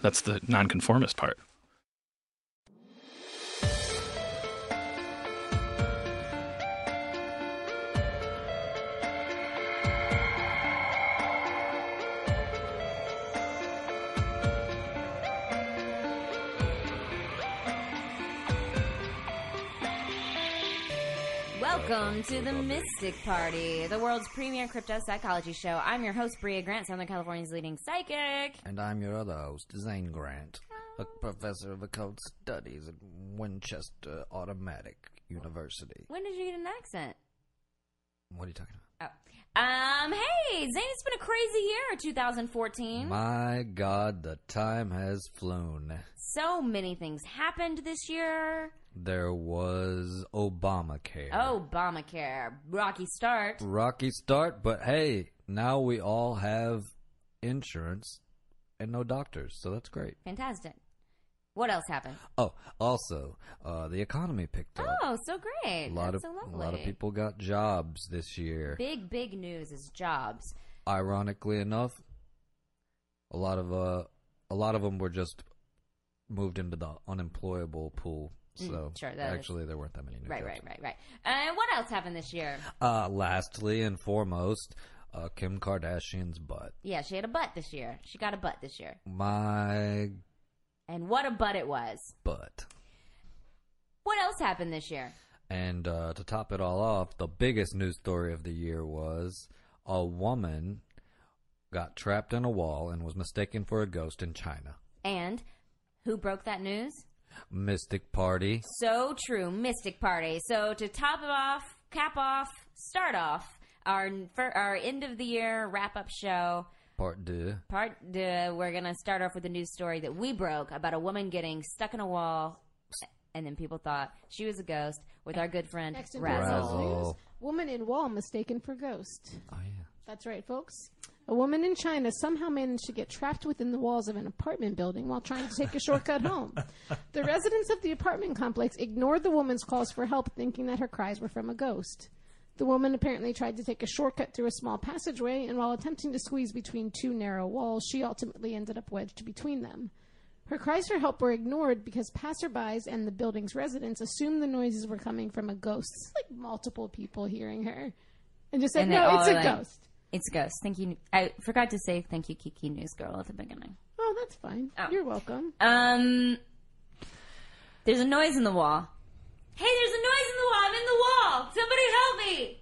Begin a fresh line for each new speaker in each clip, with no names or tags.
That's the nonconformist part.
Welcome to the Mystic Party, the world's premier crypto psychology show. I'm your host, Bria Grant, Southern California's leading psychic.
And I'm your other host, Zane Grant, a professor of occult studies at Winchester Automatic University.
When did you get an accent?
What are you talking about?
Oh. Um, hey, Zane, it's been a crazy year, 2014.
My God, the time has flown.
so many things happened this year.
There was Obamacare.
Obamacare, rocky start.
Rocky start, but hey, now we all have insurance and no doctors, so that's great.
Fantastic. What else happened?
Oh, also, uh, the economy picked up.
Oh, so great.
a lot
That's
of
so
a lot of
lovely.
people got jobs this year.
Big, big news is jobs.
ironically enough, a lot of uh, a lot of them were just moved into the unemployable pool.
Mm,
So
sure, that is-
actually, there weren't that many. New
Right,
jobs.
right, right, right. And what else happened this year?
Uh, lastly and foremost, uh, Kim Kardashian's butt.
Yeah, she had a butt this year. She got a butt this year.
My
And what a butt it was.
butt.
What else happened this year?
And uh, to top it all off, the biggest news story of the year was a woman got trapped in a wall and was mistaken for a ghost in China.
And who broke that news?
Mystic Party.
So true, Mystic Party. So to top it off, cap off, start off our for our end of the year wrap up show.
Part deux.
Part uh, we're gonna start off with a news story that we broke about a woman getting stuck in a wall, and then people thought she was a ghost. With our good friend
Next in
Razzle.
Razzle.
News, woman in wall mistaken for ghost.
Oh yeah.
That's right, folks. A woman in China somehow managed to get trapped within the walls of an apartment building while trying to take a shortcut home. The residents of the apartment complex ignored the woman's calls for help, thinking that her cries were from a ghost. The woman apparently tried to take a shortcut through a small passageway, and while attempting to squeeze between two narrow walls, she ultimately ended up wedged between them. Her cries for help were ignored because passerbys and the building's residents assumed the noises were coming from a ghost. It's like multiple people hearing her. And just said,
And they
no,
all
it's a
like-
ghost.
It's a ghost. Thank you. I forgot to say thank you, Kiki News Girl, at the beginning.
Oh, that's fine.
Oh.
You're welcome.
Um, there's a noise in the wall. Hey, there's a noise in the wall. I'm in the wall. Somebody help me.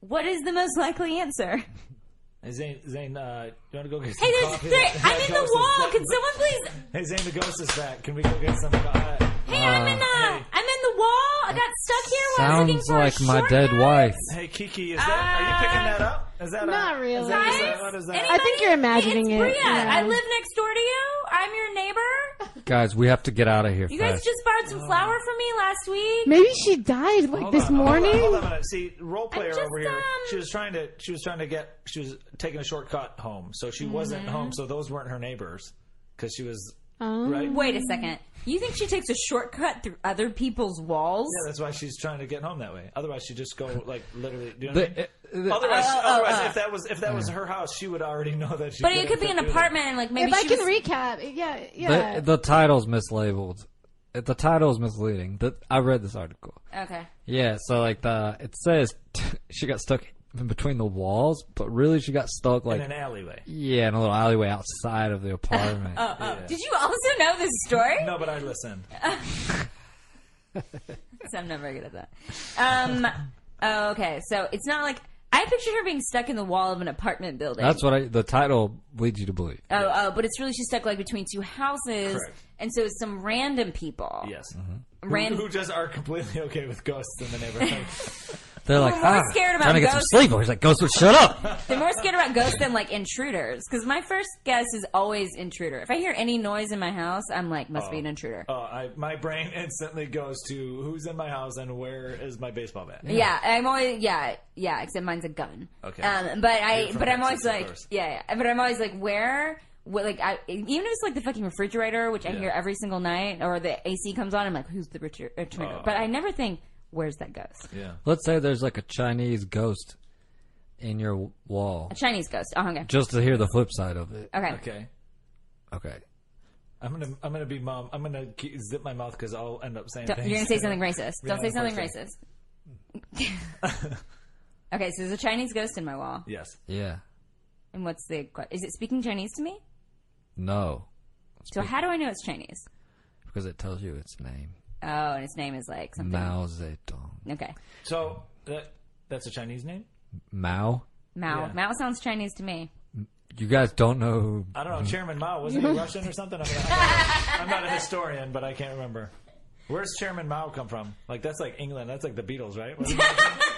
What is the most likely answer?
Hey Zane, Zane, uh, you want to go get some
Hey, there's
coffee?
there,
That
I'm in the
ghost is
wall.
back.
Can someone please?
Hey Zane, the ghost is back. Can we go get some coffee?
Hey, I'm in the Ah,
Uh,
I'm in the wall. I got stuck here while I was looking
Sounds
for
like
a
my dead
shortcut.
wife.
Hey Kiki, is that? Are
Uh,
you picking that up? Is that
Not
a,
really.
Is that, is that,
Guys,
what is that?
anybody?
I think you're imagining
it's
it,
Bria.
yeah.
I live next door to you. I'm your neighbor.
Guys, we have to get out of here
You guys
fast.
just borrowed some flour from me last week.
Maybe she died like
Oh. Hold
this
on, hold on,
morning.
Hold on, a minute. See, role player
just,
over here.
um,
she was trying to. She was trying to get. She was taking a shortcut home, so she
Mm-hmm.
wasn't home. So those weren't her neighbors, because she was
Oh.
right.
Wait a second. You think she takes a shortcut through other people's walls?
Yeah, that's why she's trying to get home that way. Otherwise, she just go like literally. Do you know what I mean?
The- Mm. uh, uh,
Otherwise, otherwise, if that was if that was her house, she would already know that. She
Oh, But it could be an
couldn't do that.
apartment, and like maybe
if I
she
can
was-
recap, yeah, yeah.
the, the title's mislabeled. Uh, The title's misleading. The, I read this article.
okay.
Yeah, so like the it says she got stuck in between the walls, but really she got stuck
in
like
an alleyway.
yeah in a little alleyway outside of the apartment.
Oh, Did you also know this story? Uh,
No, but I listened.
So I'm not very good at that. Um. oh, okay. So it's not like I pictured her being stuck in the wall of an apartment building.
That's what I. The title leads you to believe.
Oh, oh, but it's really she's stuck like between two houses,
Correct.
and so it's some random people.
Mm-hmm.
Yes. Who-
Random.
Who just are completely okay with ghosts in the neighborhood?
They're like,
more
ah,
scared about
trying to get
ghosts.
some sleep. He's like, ghost, shut up.
They're more scared about ghosts than like intruders. Because my first guess is always intruder. If I hear any noise in my house, I'm like, must be an intruder.
Oh, I, my brain instantly goes to who's in my house and where is my baseball bat.
Yeah, I'm always yeah, yeah. Except mine's a gun.
Okay.
Um, but I,
You're from
but I'm
Texas,
always
of
like,
course.
yeah, yeah. But I'm always like, where? What, like I, even if it's like the fucking refrigerator, which I hear every single night, or the AC comes on, I'm like, who's the richer intruder?
Oh.
but I never think, where's that ghost?
Yeah.
Let's say there's like a Chinese ghost in your w- wall,
A Chinese ghost. Oh, okay.
just to hear the flip side of it.
Okay.
Okay.
Okay.
I'm gonna I'm gonna be mom. I'm gonna ke- zip my mouth because I'll end up saying
Don't-
things.
you're gonna say something racist. Don't say something
unfortunate.
racist. okay, so there's a Chinese ghost in my wall.
Yes.
Yeah.
And what's the que- is it speaking Chinese to me?
No,
So how do I know it's Chinese?
because it tells you its name.
Oh, and its name is like something.
Mao Zedong.
Okay.
So that that's a Chinese name.
Mao.
Mao.
Yeah.
Mao sounds Chinese to me.
You guys don't know. who-
I don't know. Chairman Mao wasn't he Russian or something? I'm not, I'm not a historian, but I can't remember. Where's Chairman Mao come from? Like that's like England. That's like the Beatles, right? Wasn't that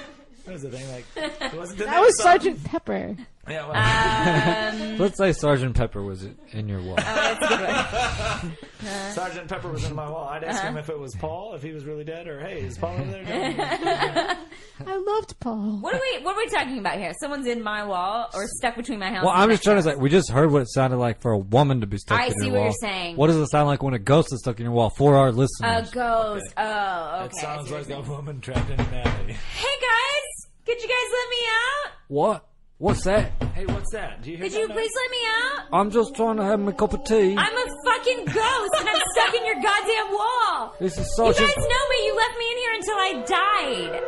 that was the thing. Like wasn't
That was Sergeant Pepper.
Yeah. Well,
Um.
Let's say Sergeant Pepper was in your
Oh,
wall.
Sergeant Pepper was in my wall. I'd ask him
Uh-huh.
if it was Paul, if he was really dead, or hey, is Paul over there? dead?
I loved Paul.
What are we what are we talking about here? Someone's in my wall or stuck between my house
Well,
and
I'm
my
just trying to
house?
say, we just heard what it sounded like for a woman to be stuck
I
in
see
your
what
wall.
you're saying. Uh,
What does it sound like when a ghost is stuck in your wall for our
a
listeners?
ghost. Oh, okay.
It
I
sounds
see what
like
you're
a
saying.
woman trapped in an alley.
Hey guys! Could you guys let me out?
what? What's that?
Hey, what's that? Do you hear
Could
that
you
noise?
please let me out?
I'm just trying to have my cup of tea.
I'm a fucking ghost and I'm stuck in your goddamn wall.
this is
You
such
guys
a.
know me. You left me in here until I died.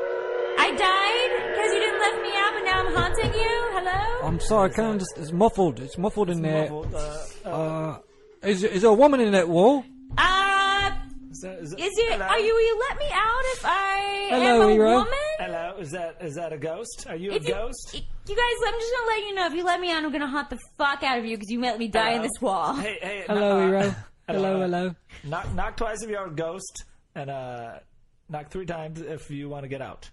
I died because you didn't let me out, but now I'm haunting you. Hello?
I'm sorry, I can't just. It's muffled. It's muffled in there.
Muffled, uh, uh,
Uh, is, is there a woman in that wall?
Uh,
is that- is that-
is it?
hello?
Are you? Will you let me out if I
Hello,
am a
Hero.
woman?
Hello, is that is that a ghost? Are you
If
a
you-
ghost?
You guys, I'm just gonna let you know. If you let me out, I'm gonna haunt the fuck out of you because you let me die in this wall.
Hey, hey,
Hello,
kn- uh,
Hero. Hello, hello.
Knock, knock twice if you're a ghost, and uh, knock three times if you want to get out.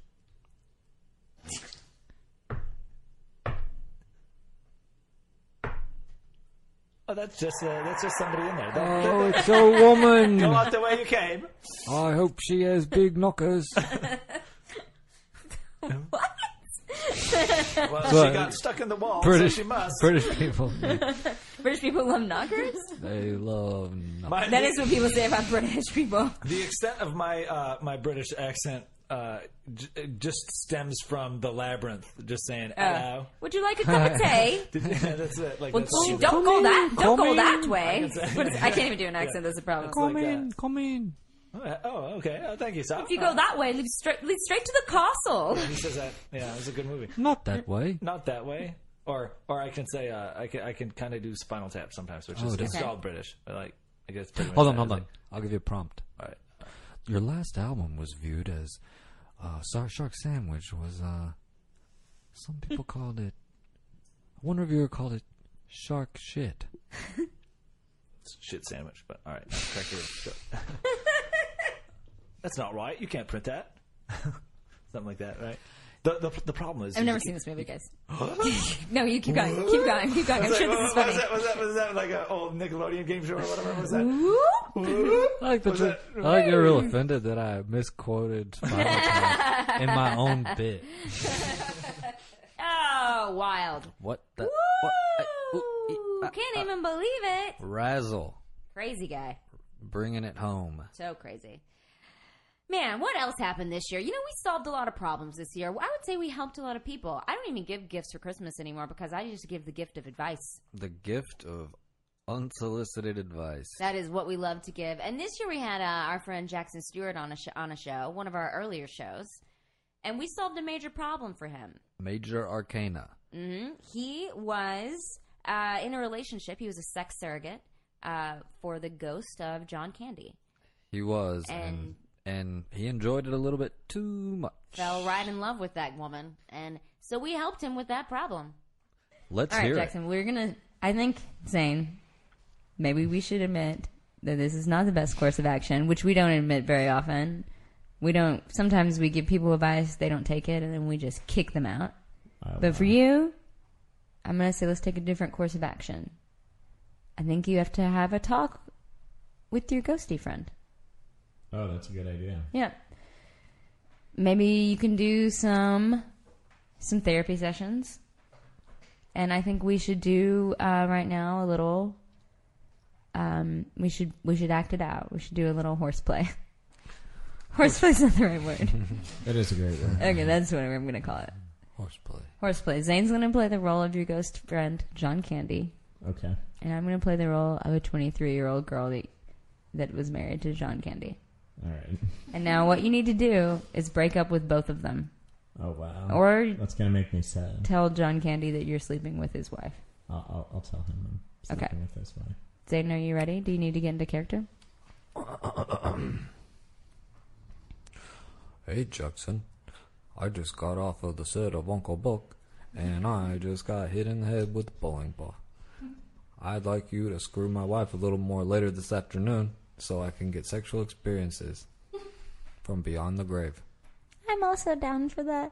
Oh, that's just uh, that's just somebody in there. Don't
Oh, it's a woman.
go out the way you came.
I hope she has big knockers.
What?
Well,
But-
she got stuck in the wall,
British-
so she must.
British people,
British people love knockers.
they love knockers.
My-
That is what people say about British people.
The extent of my uh, my British accent uh, j- it just stems from the labyrinth. Just saying, hello.
Uh, Would you like a cup of tea?
that's it. Like
Well,
that's all
gee,
it-
don't go that.
come
Don't go
in.
that way. What is- I can't even do an accent. That's a problem.
Come
like
in, come in.
Oh, okay. Oh, thank you, sir.
If you go that way, lead straight, lead straight to the castle.
he says that. Yeah, it was a good movie.
Not that way.
Not that way. Or or I can say uh, I can I can kind of do Spinal Tap sometimes, which is
Oh,
it's
Okay.
all British. But like I guess. pretty much
Hold
that
on, hold
is
on.
it.
I'll give you a prompt.
All right.
Your last album was viewed as uh, Sar- Shark Sandwich was. Uh, some people called it. One reviewer called it Shark Shit.
It's a shit sandwich. But all right, crack your go. That's not right. You can't print that. Something like that, right? The the, the problem is
I've never seen this movie, guys. no, you keep going. Keep going. Keep going. I'm sure
What
this is
was
funny.
that? Was that, was that like an old Nickelodeon game show or whatever? Was that?
Whoop.
I like that.
Was
You're,
that-
I like you're real offended that I misquoted Spinal Tap in my own bit.
Oh, wild.
What the?
Ooh,
Uh,
can't even believe it.
Razzle,
Crazy guy.
bringing it home.
So crazy. Man, what else happened this year? You know, we solved a lot of problems this year. I would say we helped a lot of people. I don't even give gifts for Christmas anymore because I used to give the gift of advice.
The gift of unsolicited advice.
That is what we love to give. And this year we had uh, our friend Jackson Stewart on a sh- on a show, one of our earlier shows, and we solved a major problem for him.
Major Arcana.
hmm He was uh, in a relationship. He was a sex surrogate uh, for the ghost of John Candy.
He was, and and he enjoyed it a little bit too much.
Fell right in love with that woman, and so we helped him with that problem.
Let's
All right,
hear
Jackson, we're gonna. I think Zane, maybe we should admit that this is not the best course of action, which we don't admit very often. We don't. Sometimes we give people advice, they don't take it, and then we just kick them out. but for you, I'm gonna say let's take a different course of action. I think you have to have a talk with your ghosty friend.
Oh, that's a good idea.
Yeah. Maybe you can do some some therapy sessions. And I think we should do uh, right now a little. Um, we should we should act it out. We should do a little horseplay. Horseplay's not the right word.
That is a great word.
Okay, that's what I'm gonna call it.
Horseplay.
Horseplay. Zane's gonna play the role of your ghost friend, John Candy,
Okay.
and I'm gonna play the role of a 23 year old girl that that was married to John Candy.
All right.
And now what you need to do is break up with both of them,
Oh wow.
or
that's gonna make me sad.
tell John Candy that you're sleeping with his wife.
I'll, I'll, I'll tell him. I'm
Okay.
sleeping With this one.
Zayden, are you ready? Do you need to get into character?
Hey, Jackson. I just got off of the set of Uncle Buck, and I just got hit in the head with a bowling ball. I'd like you to screw my wife a little more later this afternoon so I can get sexual experiences from beyond the grave.
I'm also down for that.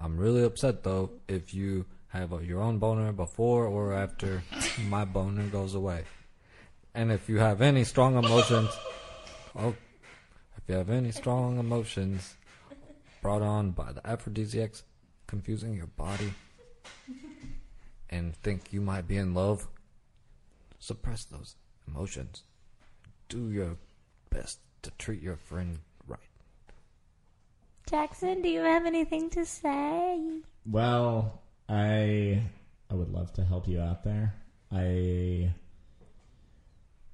I'm really upset though if you have a, your own boner before or after my boner goes away. And if you have any strong emotions, oh, if you have any strong emotions brought on by the aphrodisiacs confusing your body and think you might be in love, suppress those emotions. Do your best to treat your friend right.
Jackson, do you have anything to say?
Well, I I would love to help you out there. I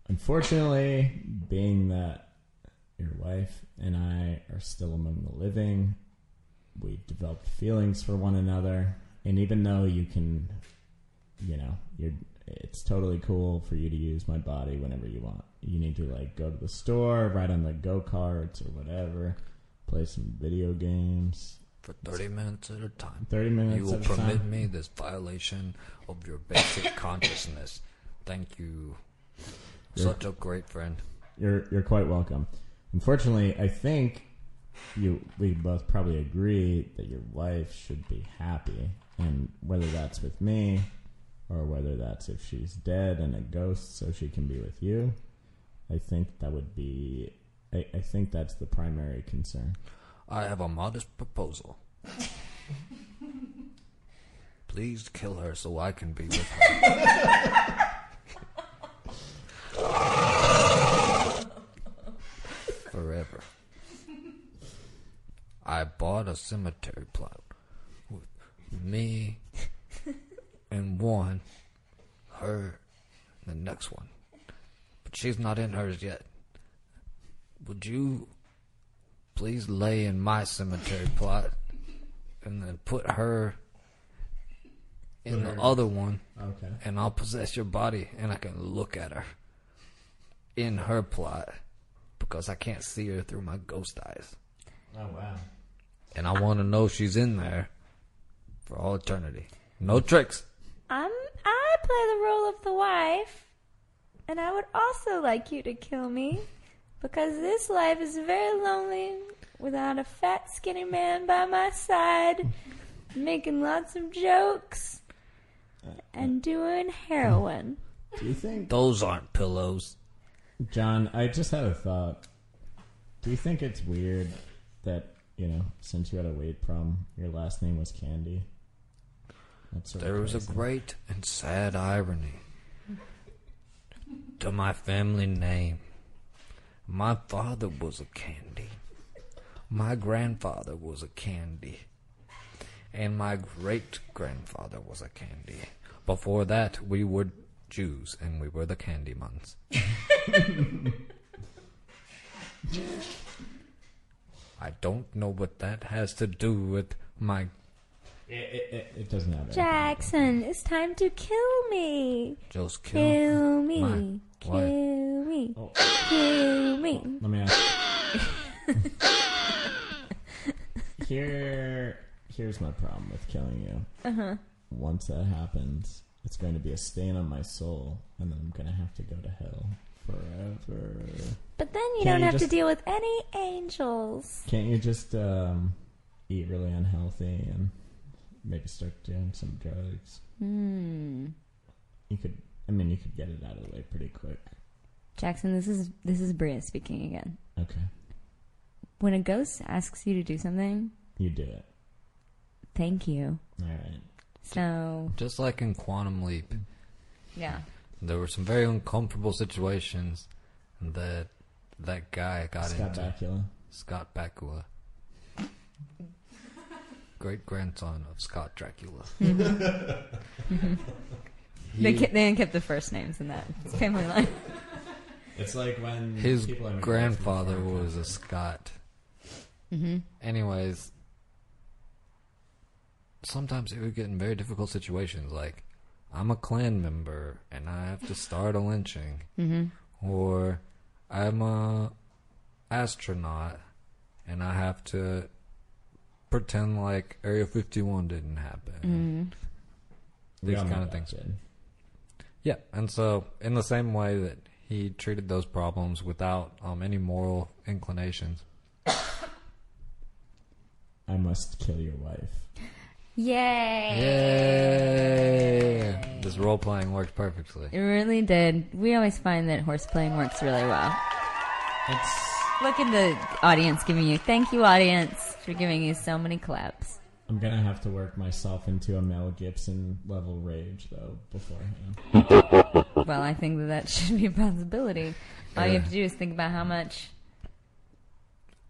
unfortunately, being that your wife and I are still among the living, we've developed feelings for one another, and even though you can, you know, you're it's totally cool for you to use my body whenever you want. You need to like go to the store, ride on the go karts or whatever, play some video games.
For 30 minutes at a time.
30 minutes
You will
at a
permit
time.
me this violation of your basic consciousness. Thank you. Such a great friend.
You're you're quite welcome. Unfortunately, I think you we both probably agree that your wife should be happy, and whether that's with me or whether that's if she's dead and a ghost, so she can be with you. I think that would be. I, I think that's the primary concern.
I have a modest proposal. Please kill her so I can be with her. Forever. I bought a cemetery plot with me and one, her, and the next one. But she's not in hers yet. Would you please lay in my cemetery plot and then put her in the other one
Okay.
and I'll possess your body and I can look at her in her plot because I can't see her through my ghost eyes.
Oh wow.
And I want to know she's in there for all eternity. No tricks.
I'm I play the role of the wife, and I would also like you to kill me because this life is very lonely without a fat skinny man by my side making lots of jokes
Uh,
and doing heroin.
Do you think,
Those aren't pillows.
John? I just had a thought. Do you think it's weird that you know since you had a weight problem, your last name was Candy? That's sort of
There was a
crazy.
great and sad irony to my family name. My father was a candy. My grandfather was a candy. And my great grandfather was a candy. Before that, we were Jews and we were the candy muns. I don't know what that has to do with my
It, it, it, it doesn't have anything.
Jackson, it's time to kill me.
just kill.
Kill
my
me. Kill
wife. Oh.
me. Kill me.
Let me ask.
Uh-huh.
Here, here's my problem with killing you. Once that happens, It's going to be a stain on my soul, and then I'm going to have to go to hell forever.
But then you
Can
don't
you
have to
just-
deal with any angels.
Can't you just um, eat really unhealthy and maybe start doing some drugs?
Hmm.
You could, I mean, you could get it out of the way pretty quick.
Jackson, this is this is Bria speaking again.
Okay,
When a ghost asks you to do something,
you do it.
thank you.
All right.
So
Just like in Quantum Leap,
yeah.
there were some very uncomfortable situations that that guy got
Scott
into.
Bakula.
Scott Bakula. Great grandson of Scott Dracula.
They kept, they kept the first names in that family line.
It's like when
His
people immigrate from
grandfather
foreign
was a
countries.
Scot. Anyways, sometimes it would get in very difficult situations. Like, I'm a clan member and I have to start a lynching, or I'm a astronaut and I have to pretend like Area 51 didn't
Hmm.
happen.
We
These
all know
kind of
that
things.
kid.
Yeah, and so in the same way that he treated those problems without um, any moral inclinations,
I must kill your wife.
Yay!
Yay! This role playing worked perfectly.
It really did. We always find that horse playing works really well.
It's.
Look at the audience giving you thank you, audience, for giving you so many claps.
I'm gonna have to work myself into a Mel Gibson level rage though beforehand.
Well, I think that that should be a possibility. All you have to do is think about how much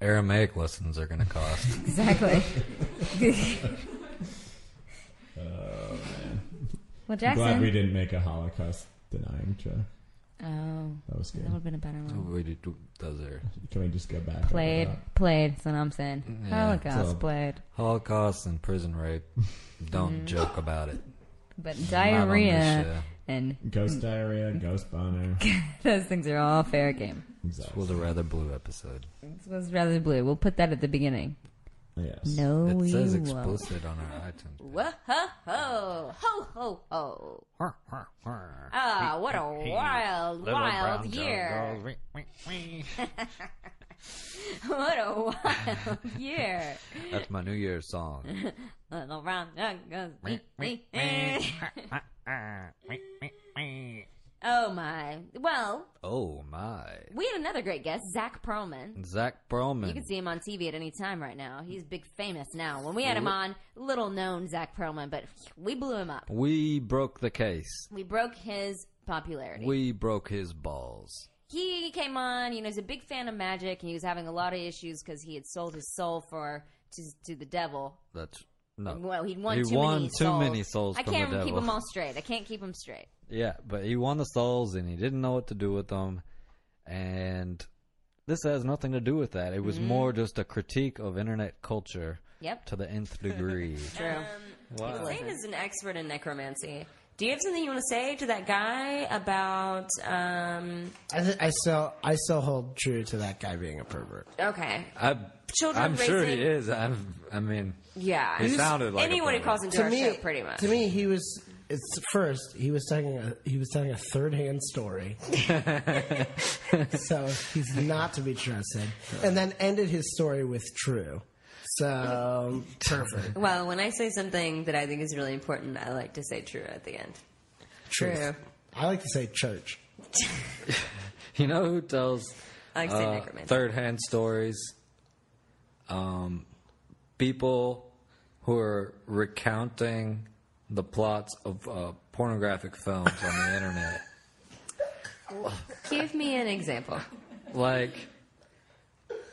Aramaic lessons are going to cost.
exactly.
Oh man!
Well,
I'm glad we
Jackson.
didn't make a Holocaust denying joke.
Oh,
That was
that would
good.
have been a better one.
Nobody do- does there.
Can we just go back? over
Played,
that?
played. That's what I'm saying.
Yeah,
Holocaust
so-
played,
Holocaust and prison rape. Don't joke about it.
Mm-hmm. but
Not on this
diarrhea
show.
and
Ghost diarrhea, ghost boner.
those things are all fair game.
This
Exactly.
was a rather blue episode.
This was rather blue. We'll put that at the beginning.
Yes.
No,
It
we
says
won't.
explicit on our iTunes.
Whoa, ho, ho, Oh, ho, ho, ho. Ah, what a wild, wild year. What a wild year.
That's my New Year's song.
Little round dog goes wee, wee, wee. Oh my. Well,
Oh my.
we had another great guest, Zach Perlman.
Zach Perlman.
You can see him on TV at any time right now. He's big famous now. When we had him on, little known Zach Perlman, but we blew him up.
We broke the case.
We broke his popularity.
We broke his balls.
he came on. You know, he's a big fan of magic, and he was having a lot of issues because he had sold his soul for to, to the devil.
That's no.
Well, he'd won
he
too
won
many
too
souls.
many souls
I
from
can't
the
keep
devil.
them all straight. I can't keep them straight.
Yeah, but he won the souls and he didn't know what to do with them. And this has nothing to do with that. It
Mm-hmm.
was more just a critique of internet culture
Yep.
to the nth degree.
True.
wow.
Zane Um, is an expert in necromancy. Do you have something you want to say to that guy about? Um,
I, th- I still I still hold true to that guy being a pervert.
okay,
I,
Children
I'm sure he
raising-
is. I'm, I mean,
yeah.
He sounded like a
anyone who
pervert.
calls into
To
our
me,
show, pretty much.
To me, he was. It's first he was telling a he was telling a third hand story, so he's not to be trusted. And then ended his story with true. So perfect.
well, when I say something that I think is really important, I like to say true at the end.
Truth.
True.
I like to say church.
you know who tells
I like to say
uh,
necromancy.
third hand stories? Um, people who are recounting the plots of uh, pornographic films on the internet.
Give me an example.
Like,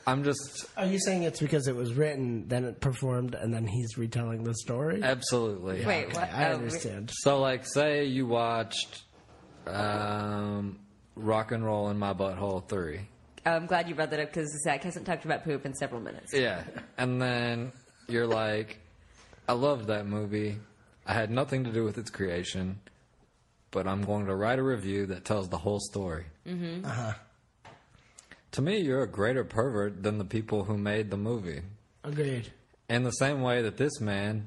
I'm just
Are you saying it's because it was written, then it performed, and then he's retelling the story?
absolutely.
Wait, what?
I
oh,
understand.
So, like, say you watched um, Rock and Roll in My Butthole 3.
oh, I'm glad you brought that up because Zach hasn't talked about poop in several minutes.
Yeah. And then you're like, I loved that movie. I had nothing to do with its creation, but I'm going to write a review that tells the whole story. Mm-hmm. Uh-huh. To me, you're a greater pervert than the people who made the movie.
Agreed.
In the same way that this man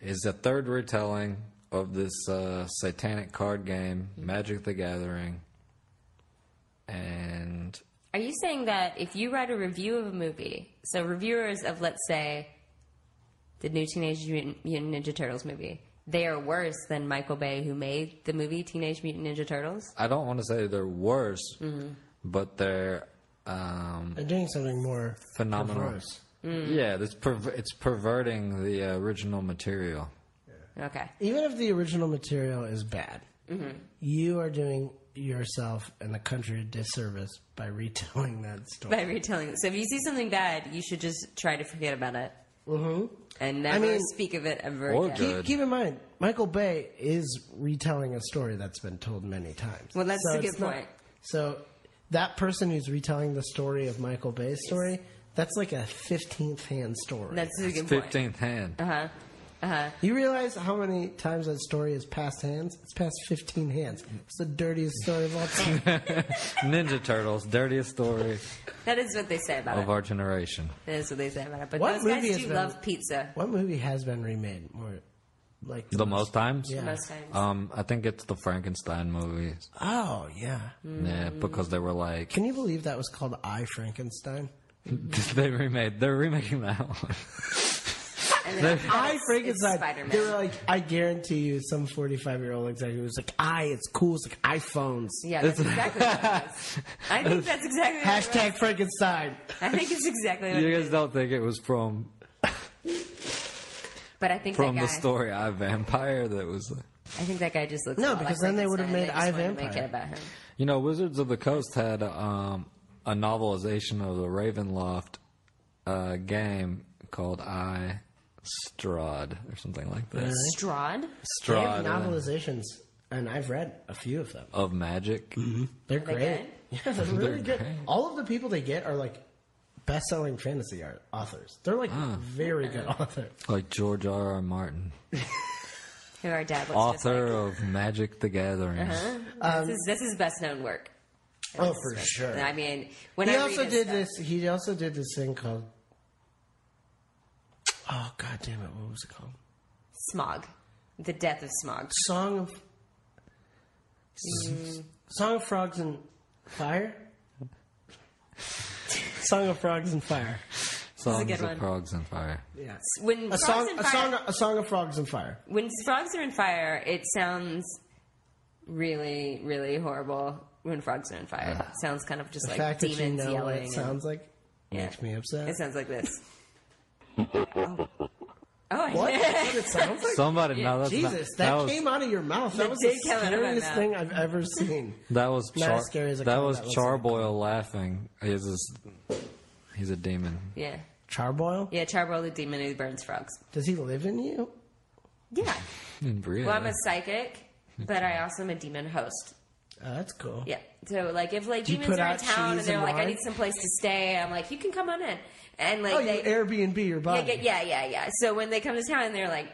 is a third retelling of this uh, satanic card game, Magic the Gathering, and
Are you saying that if you write a review of a movie, so reviewers of, let's say, the new Teenage Mutant Mutant Ninja Turtles movie, they are worse than Michael Bay, who made the movie Teenage Mutant Ninja Turtles?
I don't want to say they're worse,
Mm-hmm.
but they're um,
They're doing something more
phenomenal.
perverse.
Mm. Mm-hmm.
Yeah, it's perver- it's perverting the uh, original material.
Okay. Mm-hmm.
Even if the original material is bad, you are doing yourself and the country a disservice by retelling that story.
By retelling it. So if you see something bad, you should just try to forget about it
Mm-hmm.
and never
mean-
speak of it ever
Or
again.
good.
Keep, keep in mind, Michael Bay is retelling a story that's been told many times.
Well, that's a good
it's not-
point.
so that person who's retelling the story of Michael Bay's story, that's like a 15th hand story.
That's a good point.
Fifteenth hand.
Uh-huh.
you realize how many times that story is past hands? It's past 15 hands. It's the dirtiest story of all time.
Ninja Turtles, dirtiest story
That is what they say about
of
it.
our generation.
That is what they say about it. But
What
those guys
movie
do
has been-
love pizza
what movie has been remade more like
The most times,
Yeah.
most times.
um, I think it's the Frankenstein movies.
Oh, yeah.
Yeah, because they were like
Can you believe that was called I Frankenstein?
they remade. They're remaking that one.
and then after that,
I
it's-
Frankenstein.
It's Spider-Man.
They were like, I guarantee you, some forty-five-year-old executive was like, "I, it's cool. It's like iPhones."
yeah, that's exactly what it is. I think that's exactly what it
Hashtag Frankenstein.
was. I think it's exactly what
You
it is.
guys don't think it was from
But I think
from
that guy,
the story I Vampire that was. uh, like-
I think that guy just looks
No,
a lot
because
like
then they would've
Frankenstein. They
made
just
I,
wanted to make
Vampire.
it about him.
You know, Wizards of the Coast had um, a novelization of the Ravenloft uh, game called I Strad or something like that.
Strahd?
They have
Strad
novelizations, and I've read a few of them.
of Magic.
Mm-hmm. They're
they
great. Yeah, they're really good. All of the people they get are like best-selling fantasy art authors. They're like
Ah.
very good authors.
Like George R. R. Martin,
Who our dad looks
author of Magic the Gathering.
Uh-huh.
Just like. this, is, this is best known work.
Oh, for sure.
I mean, when
He
I read
also
his
did
stuff-
this. He also did this thing called. Oh god damn it! What was it called?
Smog. The death of Smog.
Song of
Mm.
Song of Frogs and Fire. Song of Frogs and Fire.
Songs
good
of
one.
Frogs and Fire.
Yeah.
When
A
frogs
song,
and
a
fire-
song, a song of frogs and fire.
when frogs are in fire, it sounds really, really horrible. When frogs are in fire, it sounds kind of just
Uh-huh. The
like
fact that
demons
you know what
yelling.
it
and-
sounds like
Yeah.
makes me upset.
It sounds like this. oh, I
what? That's what it sounds like?
Somebody, no, that's not-
Jesus, that,
was,
came out of your mouth. That
That
was the
did come out of my
scariest
mouth.
thing I've ever seen.
That was
Not
char-
as scary as I
that
thought
was
that was.
Charboil laughing. He's this, he's a demon.
yeah,
Charboil?
yeah. Charboil the demon who burns frogs.
Does he live in you?
Yeah.
Really?
Well, I'm a psychic, but I also am a demon host.
Oh, that's cool.
Yeah. So like, if like
Do you
demons
put
are in
out
town and
cheese
they're
and
like, I
wine?
need some place to stay, I'm like, you can come on in. And like
Oh,
they
you Airbnb your body.
Yeah, yeah, yeah, yeah, yeah. So when they come to town and they're like,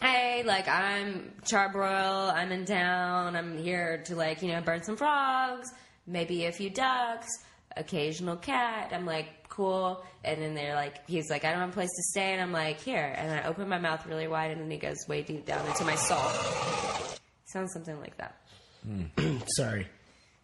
hey, like, I'm Charbroil, I'm in town, I'm here to, like, you know, burn some frogs, maybe a few ducks, occasional cat. I'm like, cool. And then they're like, he's like, I don't have a place to stay. And I'm like, here. And I open my mouth really wide and then he goes way deep down into my soul. Sounds something like that.
Sorry.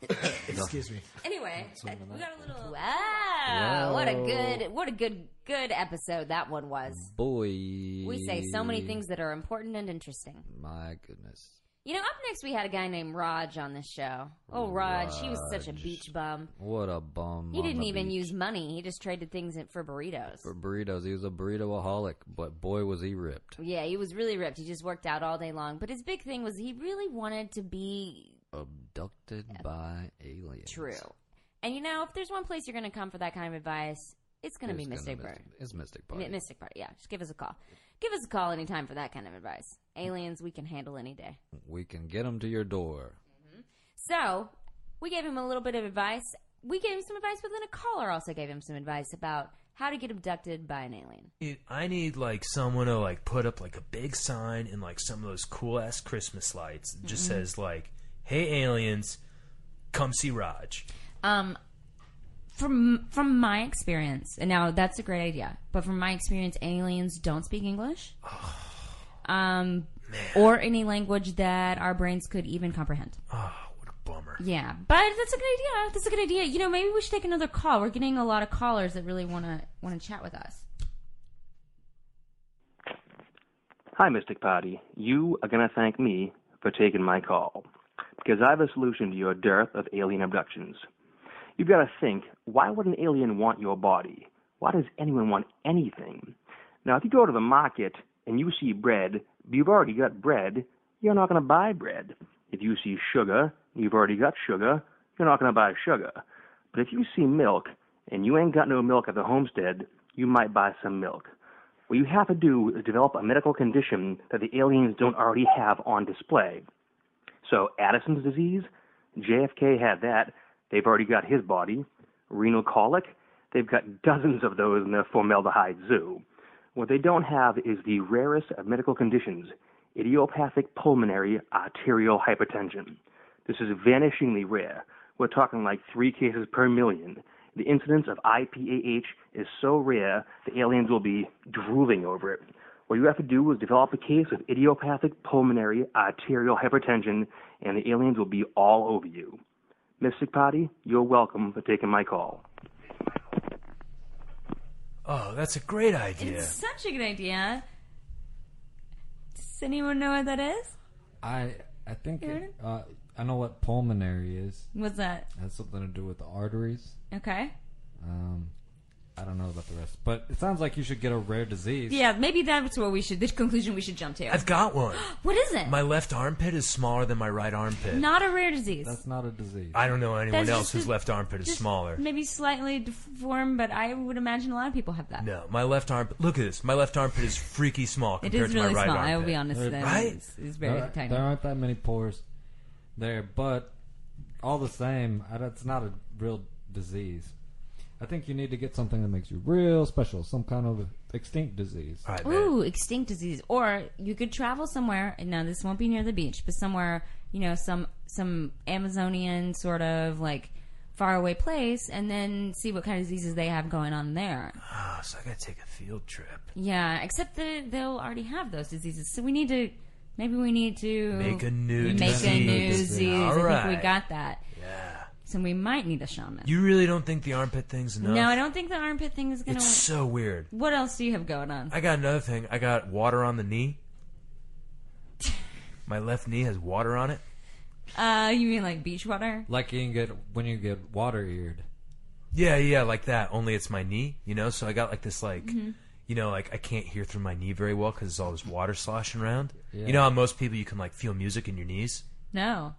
Excuse me.
Anyway, we got a little.
Wow, what a good, what a good, good episode that one was.
Boy.
We say so many things that are important and interesting.
My goodness.
You know, up next we had a guy named Raj on this show. Oh, Raj, he was such a beach bum.
What a bum.
He
on
didn't
the
even
beach.
use money. He just traded things in for burritos.
For burritos. He was a burritoaholic, but boy was he ripped.
Yeah, he was really ripped. He just worked out all day long. But his big thing was he really wanted to be
Abducted by aliens.
true. And you know, if there's one place you're going to come for that kind of advice, it's going to be
It's
Mystic
gonna
Bird.
Mystic- It's Mystic
Mi-
Party.
Mystic Party, yeah. Just give us a call. Give us a call anytime for that kind of advice.
Mm.
Aliens, we can handle any day.
we can get them to your door.
So we gave him a little bit of advice. We gave him some advice, but then a caller also gave him some advice about how to get abducted by an alien.
It, I need like someone to like put up like a big sign in like some of those cool ass Christmas lights that
Mm-hmm.
just says like, "Hey aliens, come see Raj."
Um, from from my experience, and now that's a great idea. But from my experience, aliens don't speak English. Um, or any language that our brains could even comprehend.
Oh,
Ah,
what a bummer.
Yeah, but that's a good idea. That's a good idea. You know, maybe we should take another call. We're getting a lot of callers that really want to want to chat with us.
Hi, Mystic Party. You are going to thank me for taking my call because I have a solution to your dearth of alien abductions. You've got to think why would an alien want your body? Why does anyone want anything? Now, if you go to the market and you see bread, you've already got bread, you're not going to buy bread. If you see sugar, you've already got sugar, you're not going to buy sugar. But if you see milk and you ain't got no milk at the homestead, you might buy some milk. What you have to do is develop a medical condition that the aliens don't already have on display. So, Addison's disease, JFK had that. They've already got his body. Renal colic, they've got dozens of those in the formaldehyde zoo. What they don't have is the rarest of medical conditions idiopathic pulmonary arterial hypertension. This is vanishingly rare. We're talking like three cases per million. The incidence of IPAH is so rare, the aliens will be drooling over it. What you have to do is develop a case of idiopathic pulmonary arterial hypertension, and the aliens will be all over you. Mystic Potty, you're welcome for taking my call.
Oh, that's a great idea.
It's such a good idea. Does anyone know what that is?
I I think
You
it, uh, I know what pulmonary is.
What's that?
It has something to do with the arteries.
Okay.
Um, I don't know about the rest, but it sounds like you should get a rare disease.
Yeah, maybe that's what we should. The conclusion we should jump to.
I've got one.
What is it?
My left armpit is smaller than my right armpit.
Not a rare disease.
That's not a disease.
I don't know anyone
That's
else
just
whose
a-
left armpit is
Just
smaller.
Maybe slightly deformed, but I would imagine a lot of people have that.
No, my left armpit. Look at this. My left armpit is freaky small
It
compared
is
to my
really
right
small.
armpit.
I will be honest.
Right.
That
Right?
is, is very
there,
tiny.
there aren't that many pores there, but all the same, I- that's not a real disease. I think you need to get something that makes you real special, some kind of extinct disease.
All right, man.
Ooh, extinct disease. Or you could travel somewhere. and Now this won't be near the beach, but somewhere you know some some Amazonian sort of like faraway place, and then see what kind of diseases they have going on there.
Oh, so I gotta take a field trip.
Yeah, except that they'll already have those diseases. So we need to maybe we need to
Make a new
make a new
disease.
disease. I think
Alright.
we got that.
Yeah.
So we might need a shaman.
You really don't think the armpit thing's enough?
no, I don't think the armpit thing is gonna.
It's so weird.
What else do you have going on?
I got another thing. I got water on the knee. My left knee has water on it.
Uh, you mean like beach water?
Like you can get when you get water eared.
Yeah, yeah, like that. Only it's my knee, you know. So I got like this, like,
Mm-hmm.
you know, like I can't hear through my knee very well because there's all this water sloshing around. You know how most people you can like feel music in your knees.
No,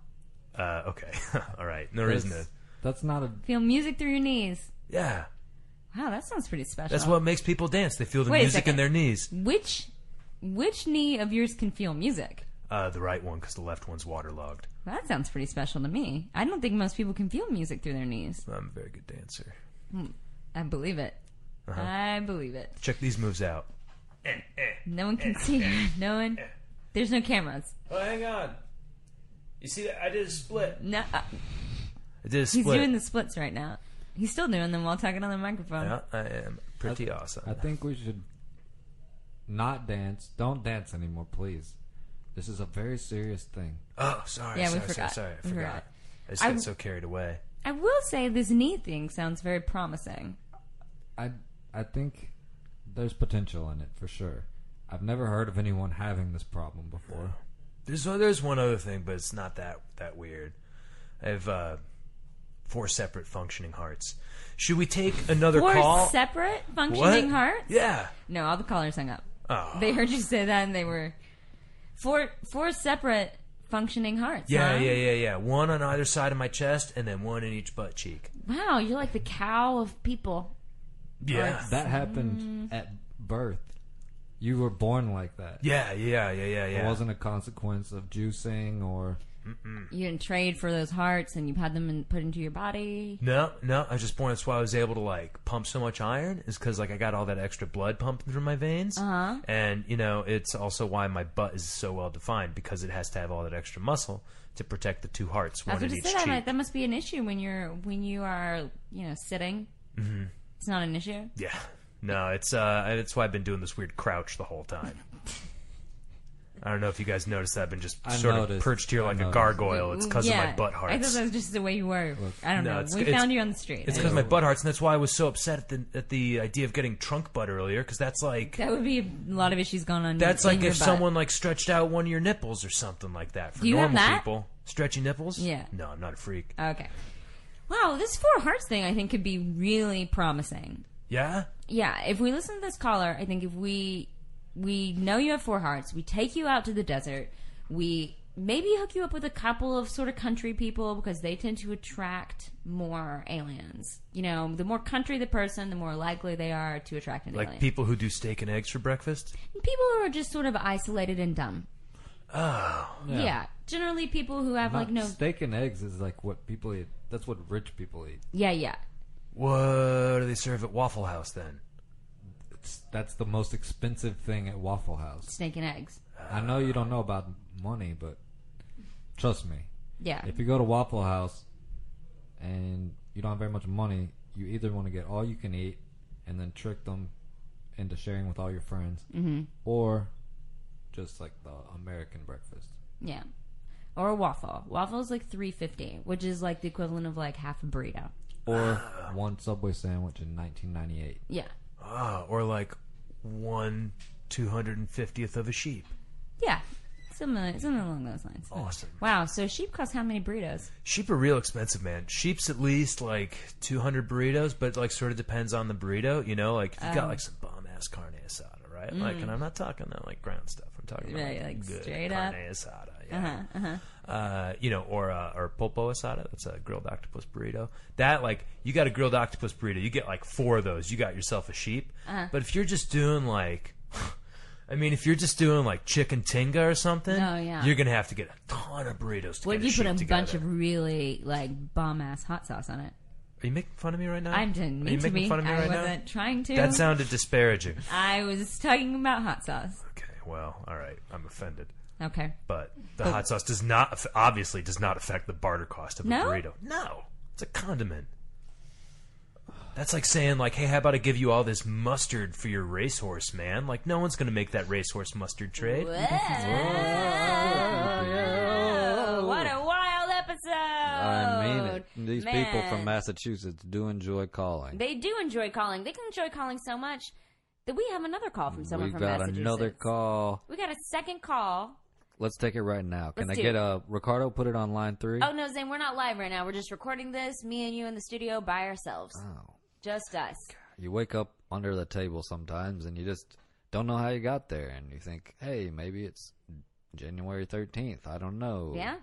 Uh, okay, all right. There isn't
That's-
a
That's not a.
feel music through your knees.
yeah.
Wow, that sounds pretty special.
That's what makes people dance. They feel the
Wait a
music in
second.
their knees.
Which, which knee of yours can feel music?
Uh, the right one because the left one's waterlogged.
That sounds pretty special to me. I don't think most people can feel music through their knees. Hmm.
I'm a very good dancer.
I believe it.
Uh-huh.
I believe it.
Check these moves out.
Eh.
No one can see you. No one. There's no cameras.
Oh, hang on. You see that? I did a split.
No, uh,
I did a
he's
split.
doing the splits right now. He's still doing them while talking on the microphone.
Yeah, I am pretty awesome.
I think we should not dance. Don't dance anymore, please. This is a very serious thing.
Oh, sorry,
Yeah, we
sorry,
forgot.
sorry, sorry, I
We
forgot.
forgot.
I just
I
got
w-
so carried away.
I will say this knee thing sounds very promising.
I I think there's potential in it for sure. I've never heard of anyone having this problem before.
There's one- there's one other thing, but it's not that that weird. I have uh, four separate functioning hearts. Should we take another
Four
call?
separate
what?
functioning hearts?
Yeah.
No, all the callers hung up.
Oh.
They heard you say that and they were four four separate functioning hearts.
yeah,
huh?
yeah, yeah, yeah. One on either side of my chest, and then one in each butt cheek.
Wow, you're like the cow of people. mm.
Yeah,
That happened at birth. You were born like that.
yeah, yeah, yeah, yeah, yeah.
It wasn't a consequence of juicing or
You didn't trade for those hearts and you've had them in, put into your body.
No, no. I was just born. That's why I was able to like pump so much iron. Is because like I got all that extra blood pumping through my veins. Uh-huh. And you know, it's also why my butt is so well defined because it has to have all that extra muscle to protect the two hearts,
I
one
was
in
going to
each
say
cheek.
that like, that must be an issue when you're when you are you know sitting. Mm-hmm. It's not an issue.
Yeah. No, it's uh, that's why I've been doing this weird crouch the whole time. I don't know if you guys noticed that. I've been just
I
sort of
noticed.
perched here
I
like a
noticed.
gargoyle. It's because
yeah,
of my butt
I thought
hearts.
that was just the way you were. I don't
No,
know.
it's-
We
it's-
found you on the street.
It's
I-
because my butt hurts, and that's why I was so upset at the at the idea of getting trunk butt earlier. Because that's like
that would be a lot of issues going on. in-
that's
in
like
your
if
butt.
someone like stretched out one of your nipples or something like that. For
Do you have
normal
that?
people, stretchy nipples.
Yeah.
No, I'm not a freak.
Okay. Wow, this four hearts thing I think could be really promising.
Yeah.
Yeah, if we listen to this caller, I think if we we know you have four hearts, we take you out to the desert, we maybe hook you up with a couple of sort of country people because they tend to attract more aliens. You know, the more country the person, the more likely they are to attract an
Like
alien.
people who do steak and eggs for breakfast.
people who are just sort of isolated and dumb.
Oh.
Yeah. Generally people who have like
Not-
no
steak and eggs is like what people eat. That's what rich people eat.
Yeah, yeah.
What do they serve at Waffle House then?
It's, that's the most expensive thing at Waffle House.
Snake and eggs.
I know you don't know about money, but trust me.
Yeah.
If you go to Waffle House and you don't have very much money, you either want to get all you can eat and then trick them into sharing with all your friends,
Mhm.
or just like the American breakfast.
Yeah. Or a waffle. Waffle is like three fifty, which is like the equivalent of like half a burrito.
Or one Subway sandwich in 1998.
Yeah.
Ah, or like one two hundred and fiftieth of a sheep.
Yeah. Something, something along those lines.
Awesome.
Wow. So sheep costs how many burritos?
Sheep are real expensive, man. Sheep's at least like 200 burritos, but like sort of depends on the burrito, you know? Like, if you
Oh.
got like some bomb ass carne asada, right? Like,
Mm.
and I'm not talking that like ground stuff. I'm talking about
Right,
like,
like
good
straight
carne
up.
asada,
Uh
yeah.
huh. Uh huh.
Uh, you know, or uh, or pulpo asada. That's a grilled octopus burrito. That like you got a grilled octopus burrito. You get like four of those. You got yourself a sheep.
Uh-huh.
But if you're just doing like, I mean, if you're just doing like chicken tinga or something,
No, Oh, yeah.
you're gonna have to get a ton of burritos. To
What
get
if
a
you put
sheep
a
together.
bunch of really like bomb ass hot sauce on it?
Are you making fun of me right now?
I'm didn't
Are you
mean to
making
be.
fun of me
I
right
wasn't trying to.
now? That sounded disparaging.
I was talking about hot sauce.
Okay, well, all right, I'm offended.
Okay.
But the
But-
hot sauce does not aff- obviously does not affect the barter cost of
No?
a burrito. No, it's a condiment. That's like saying like, hey, how about I give you all this mustard for your racehorse, man? Like, no one's gonna make that racehorse mustard trade.
Oh, what a wild episode!
I mean it. These people
Oh, Man.
from Massachusetts do enjoy calling.
They do enjoy calling. They can enjoy calling so much that we have another call from someone
we
from
got
Massachusetts.
another call.
We got a second call.
Let's take it right now. Can
Let's
I
do
get
it.
a Ricardo? Put it on line three.
Oh no, Zane, we're not live right now. We're just recording this, me and you in the studio by ourselves.
Oh.
Just us.
You wake up under the table sometimes, and you just don't know how you got there, and you think, "Hey, maybe it's January thirteenth. I don't know.
Yeah.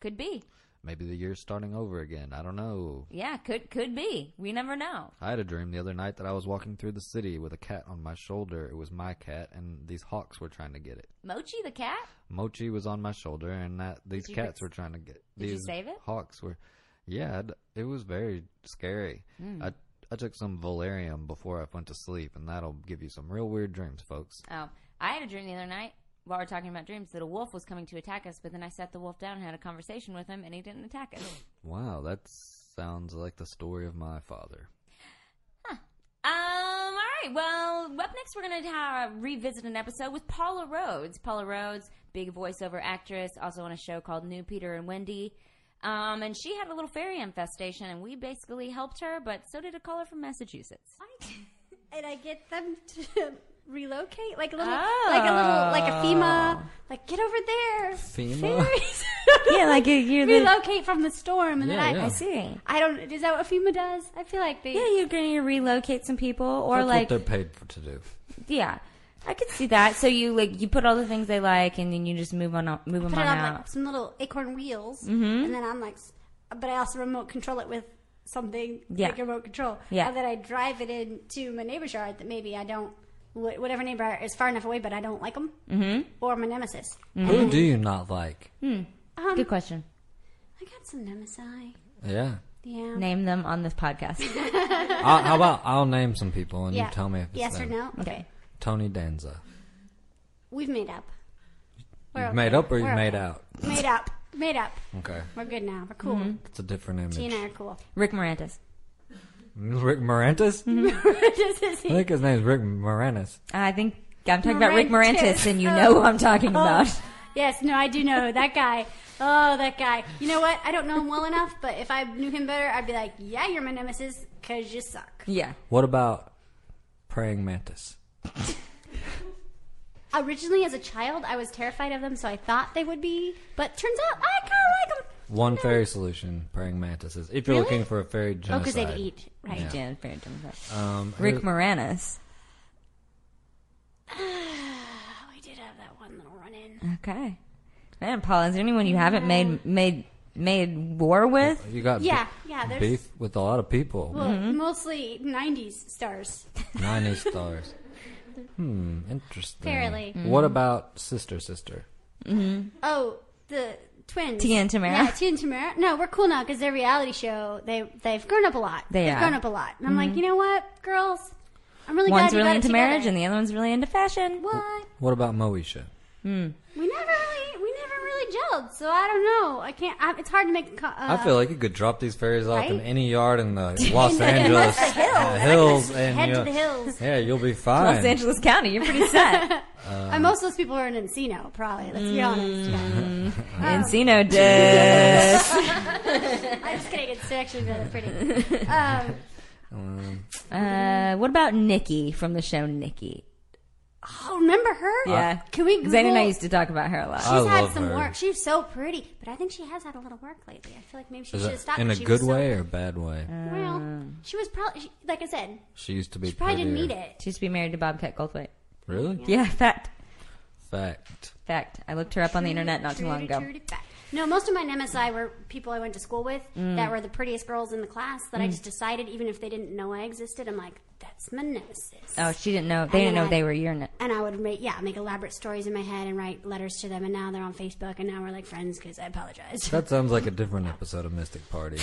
Could be.
Maybe the year's starting over again. I don't know."
Yeah, could could be. We never know.
I had a dream the other night that I was walking through the city with a cat on my shoulder. It was my cat, and these hawks were trying to get it.
Mochi the cat?
Mochi was on my shoulder, and that these
you
cats
fix-
were trying to get.
did you
These
save it?
Hawks were. Yeah, I'd- it was very scary.
Mm.
I I took some valerian before I went to sleep, and that'll give you some real weird dreams, folks.
Oh. I had a dream the other night while we are talking about dreams that a wolf was coming to attack us, but then I set the wolf down and had a conversation with him and he didn't attack us.
Wow, that sounds like the story of my father.
Um, all right. Well, up next, we're going to uh, revisit an episode with Paula Rhodes. Paula Rhodes, big voiceover actress, also on a show called New Peter and Wendy. Um, and she had a little fairy infestation, and we basically helped her, but so did a caller from Massachusetts.
and I get them to relocate, like a little, like a little, like
Oh.
a FEMA, like get over there.
FEMA?
Fairies.
Yeah, like you- you're the-
relocate from the storm, and
Yeah,
then I,
yeah. I see.
I don't. Is that what FEMA does? I feel like they.
Yeah, you're going to relocate some people or
That's
like
what they're paid for to do.
Yeah. I could see that. So you like you put all the things they like, and then you just move on, move them
put
on
it on
out.
like some little acorn wheels,
Mhm.
and then I'm like, s- but I also remote control it with something
Yeah.
like a remote control.
Yeah.
And then I drive it into my neighbor's yard that maybe I don't, wh- whatever neighbor is far enough away, but I don't like them,
mm-hmm.
or my nemesis.
Mm.
Who do you not like?
Hmm.
Um,
Good question.
I got some nemesis.
Yeah.
Yeah.
Name them on this podcast. Uh,
I, how about I'll name some people and you tell me if it's
yes
them.
or no. Okay.
Tony Danza.
We've made up.
You've
We're
made
okay.
up or you've
We're
made
okay.
out?
Made up. Made up.
Okay.
We're good now. We're cool.
Mhm.
It's a different image.
T and I are cool.
Rick Morantis.
Rick Morantis?
This is
I think his name's Rick Moranis.
I think I'm talking about Rick Morantis,
Morantis.
and you know who I'm talking
Oh.
about.
Yes, no, I do know that guy. Oh, that guy. You know what? I don't know him well enough, but if I knew him better, I'd be like, yeah, you're my nemesis because you suck.
Yeah.
What about praying mantis?
Originally, as a child, I was terrified of them, so I thought they would be, but turns out I kind of like them.
One fairy solution: praying mantises. If you're
Really?
looking for a fairy
Oh,
genocide.
because they'd eat, right?
Yeah.
Yeah, very different.
Um,
Rick
who-
Moranis.
Oh, I did have that one little run in.
Okay. Man, Paul, is there anyone you haven't made made made war with?
You got
Yeah,
be-
yeah, there's-
beef with a lot of people.
Well,
Mm-hmm.
mostly 90s stars.
90 stars. Hmm, interesting.
Fairly.
What
Mhm.
about Sister Sister?
Mm-hmm.
Oh, the twins.
Tia and Tamara?
Yeah, Tia and Tamara. No, we're cool now because their reality show, they, they've grown up a lot.
They
have
are.
grown up a lot. And I'm like,
Mhm.
you know what, girls? I'm really
One's
glad you
really
got it
into
together.
marriage, and the other one's really into fashion.
What?
What about Moesha?
Hmm.
We never really, we never really gelled, so I don't know. I can't, I, it's hard to make a co- uh,
I feel like you could drop these fairies off in
right?
any yard in the
In
Los
the-
Angeles
the hills.
uh, hills
Head
and
to
you'll-
the hills.
Yeah, you'll be fine.
uh,
Um,
Los Angeles County, you're pretty set.
and Uh, most of those people are in Encino, probably. Let's be honest.
Mm.
Um,
Encino dish.
I'm just kidding. It's actually really pretty. Um,
Mm.
Mm-hmm.
Uh, what about Nikki from the show Nikki?
oh, remember her?
Yeah.
Can we?
Zayn Uh, and I
Google-
used to talk about her a lot.
She's
I
had
love
some
her.
work. She's so pretty, but I think she has had a little work lately. I feel like maybe she
Is
should
that
have stopped.
in
when
a
she
good
was so-
way or bad way?
Um,
well, she was probably, she, like I said,
She used to be
she probably didn't need
prettier.
it.
She used to be married to Bobcat Goldthwait.
Really?
Yeah, fact.
Fact.
Fact. I looked her up on the internet not too long ago.
No, most of my nemesis were people I went to school with
Mm.
that were the prettiest girls in the class. That I
Mm.
just decided, even if they didn't know I existed, I'm like, that's my nemesis.
Oh, she didn't know. They didn't know
And I-
they were your net.
And I would make yeah make elaborate stories in my head and write letters to them. And now they're on Facebook, and now we're like friends because I apologize.
That sounds like a different episode of Mystic Party.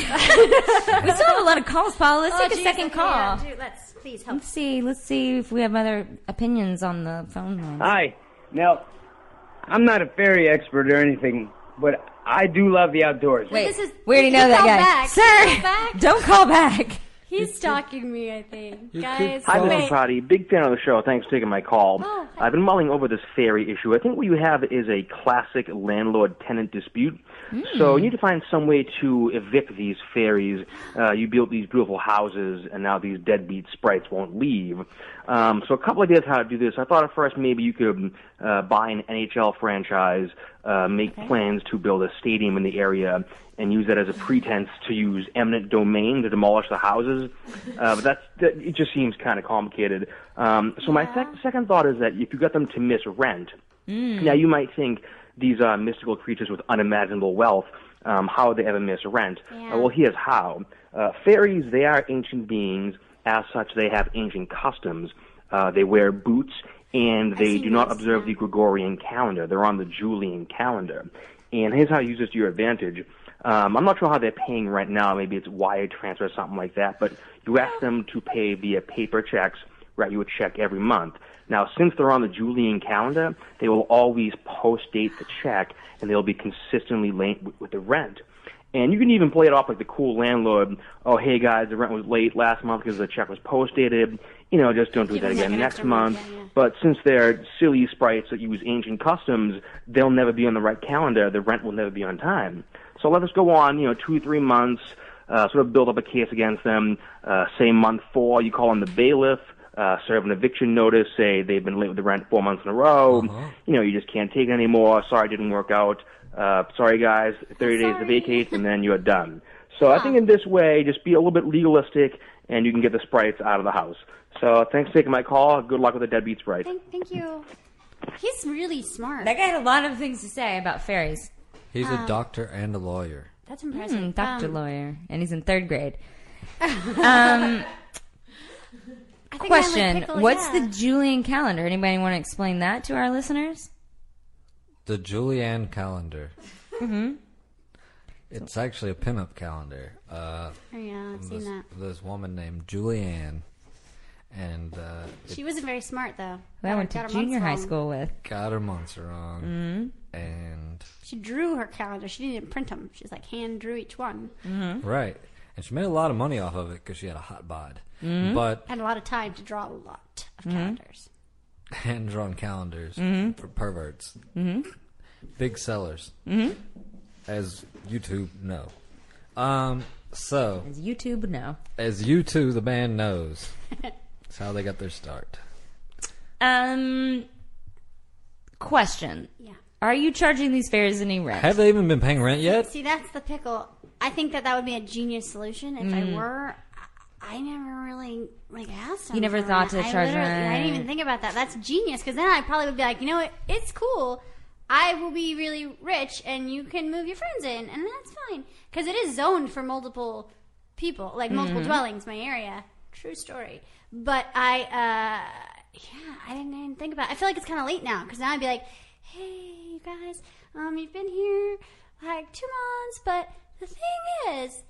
We still have a lot of calls, Paula. Let's
Oh,
take a
geez,
second
okay,
call.
yeah, dude, let's please help.
Let's see. Let's see if we have other opinions on the phone line.
Hi. Now, I'm not a fairy expert or anything, but I do love the outdoors.
Wait, we already know that guy. Sir, don't call back.
He's stalking me, I think. Guys,
Hi, Mr.
wait.
Potty. Big fan of the show. Thanks for taking my call.
Oh,
I've been mulling over this fairy issue. I think what you have is a classic landlord tenant dispute. So
Hmm.
you need to find some way to evict these fairies. Uh, you built these beautiful houses, and now these deadbeat sprites won't leave. Um, so a couple ideas how to do this. I thought at first maybe you could uh, buy an NHL franchise, uh, make plans to build a stadium in the area, and use that as a pretense to use eminent domain to demolish the houses. Uh, but that's that, it. Just seems kind of complicated. Um, so my sec- second thought is that if you got them to misrent,
Hmm.
now you might think these are mystical creatures with unimaginable wealth. Um, how would they ever miss rent?
Yeah.
Uh, well, here's how. Uh, fairies, they are ancient beings. As such, they have ancient customs. Uh, they wear boots and they do not observe the Gregorian calendar. They're on the Julian calendar. And here's how you use this to your advantage. Um, I'm not sure how they're paying right now. Maybe it's wire transfer or something like that. But you ask them to pay via paper checks, write you a check every month. Now, since they're on the Julian calendar, they will always post date the check, and they'll be consistently late with, with the rent. And you can even play it off like the cool landlord. Oh, hey guys, the rent was late last month because the check was post dated. You know, just don't do
Keep on
that again
making up
next
the rules,
month. But since they're silly sprites that use ancient customs, they'll never be on the right calendar. The rent will never be on time. So let us go on, you know, two, three months, uh, sort of build up a case against them. Uh, say month four, you call on the bailiff, uh, serve an eviction notice, say they've been late with the rent four months in a row. You know, you just can't take it anymore. Sorry, it didn't work out. Uh, sorry, guys, 30 days to vacate, and then you're done. So I think in this way, just be a little bit legalistic, and you can get the sprites out of the house. So thanks for taking my call. Good luck with the deadbeat sprite.
Thank, thank you. He's really smart.
That guy had a lot of things to say about fairies.
He's a
Um,
doctor and a lawyer.
That's impressive.
Mm, Dr.
Um,
lawyer, and he's in third grade. Um,
I think I like
question:
pickle,
What's
yeah.
the Julian calendar? Anybody want to explain that to our listeners?
The Julianne calendar.
Mm-hmm.
It's actually a pinup calendar. Uh,
Oh, yeah, I've
this,
seen that.
This woman named Julianne, and uh,
She wasn't very smart though.
That I went
Got
to
her
junior
months
high
wrong.
school with. Mm-hmm.
got her months wrong, and
She drew her calendar. She didn't print them. She's like hand drew each one.
Mm-hmm.
right, and she made a lot of money
Mm-hmm.
off of it because she had a hot bod.
Mhm.
But
And a lot of time to draw a lot of
Mhm.
calendars.
hand-drawn calendars
Mhm.
for perverts.
mm-hmm,
Mhm.
Big sellers.
Mhm.
As YouTube know. Um. So
As YouTube no.
as you two, the band knows, that's how they got their start.
Um, question. Yeah. Are you charging these fairs any rent?
Have they even been paying rent yet?
See, that's the pickle. I think that that would be a genius solution if
Mm.
I were. I- I never really like asked.
You
them
never
for
thought
that.
to
I
charge
literally- I didn't even
rent.
think about that. That's genius because then I probably would be like, you know what? It's cool. I will be really rich, and you can move your friends in, and that's fine because it is zoned for multiple people, like multiple
Mm-hmm.
Mhm.
dwellings. My area, true story. But I, uh, yeah, I didn't even think about. it. I feel like it's kind of late now because now I'd be like, hey, you guys, um, you've been here like two months, but the thing is,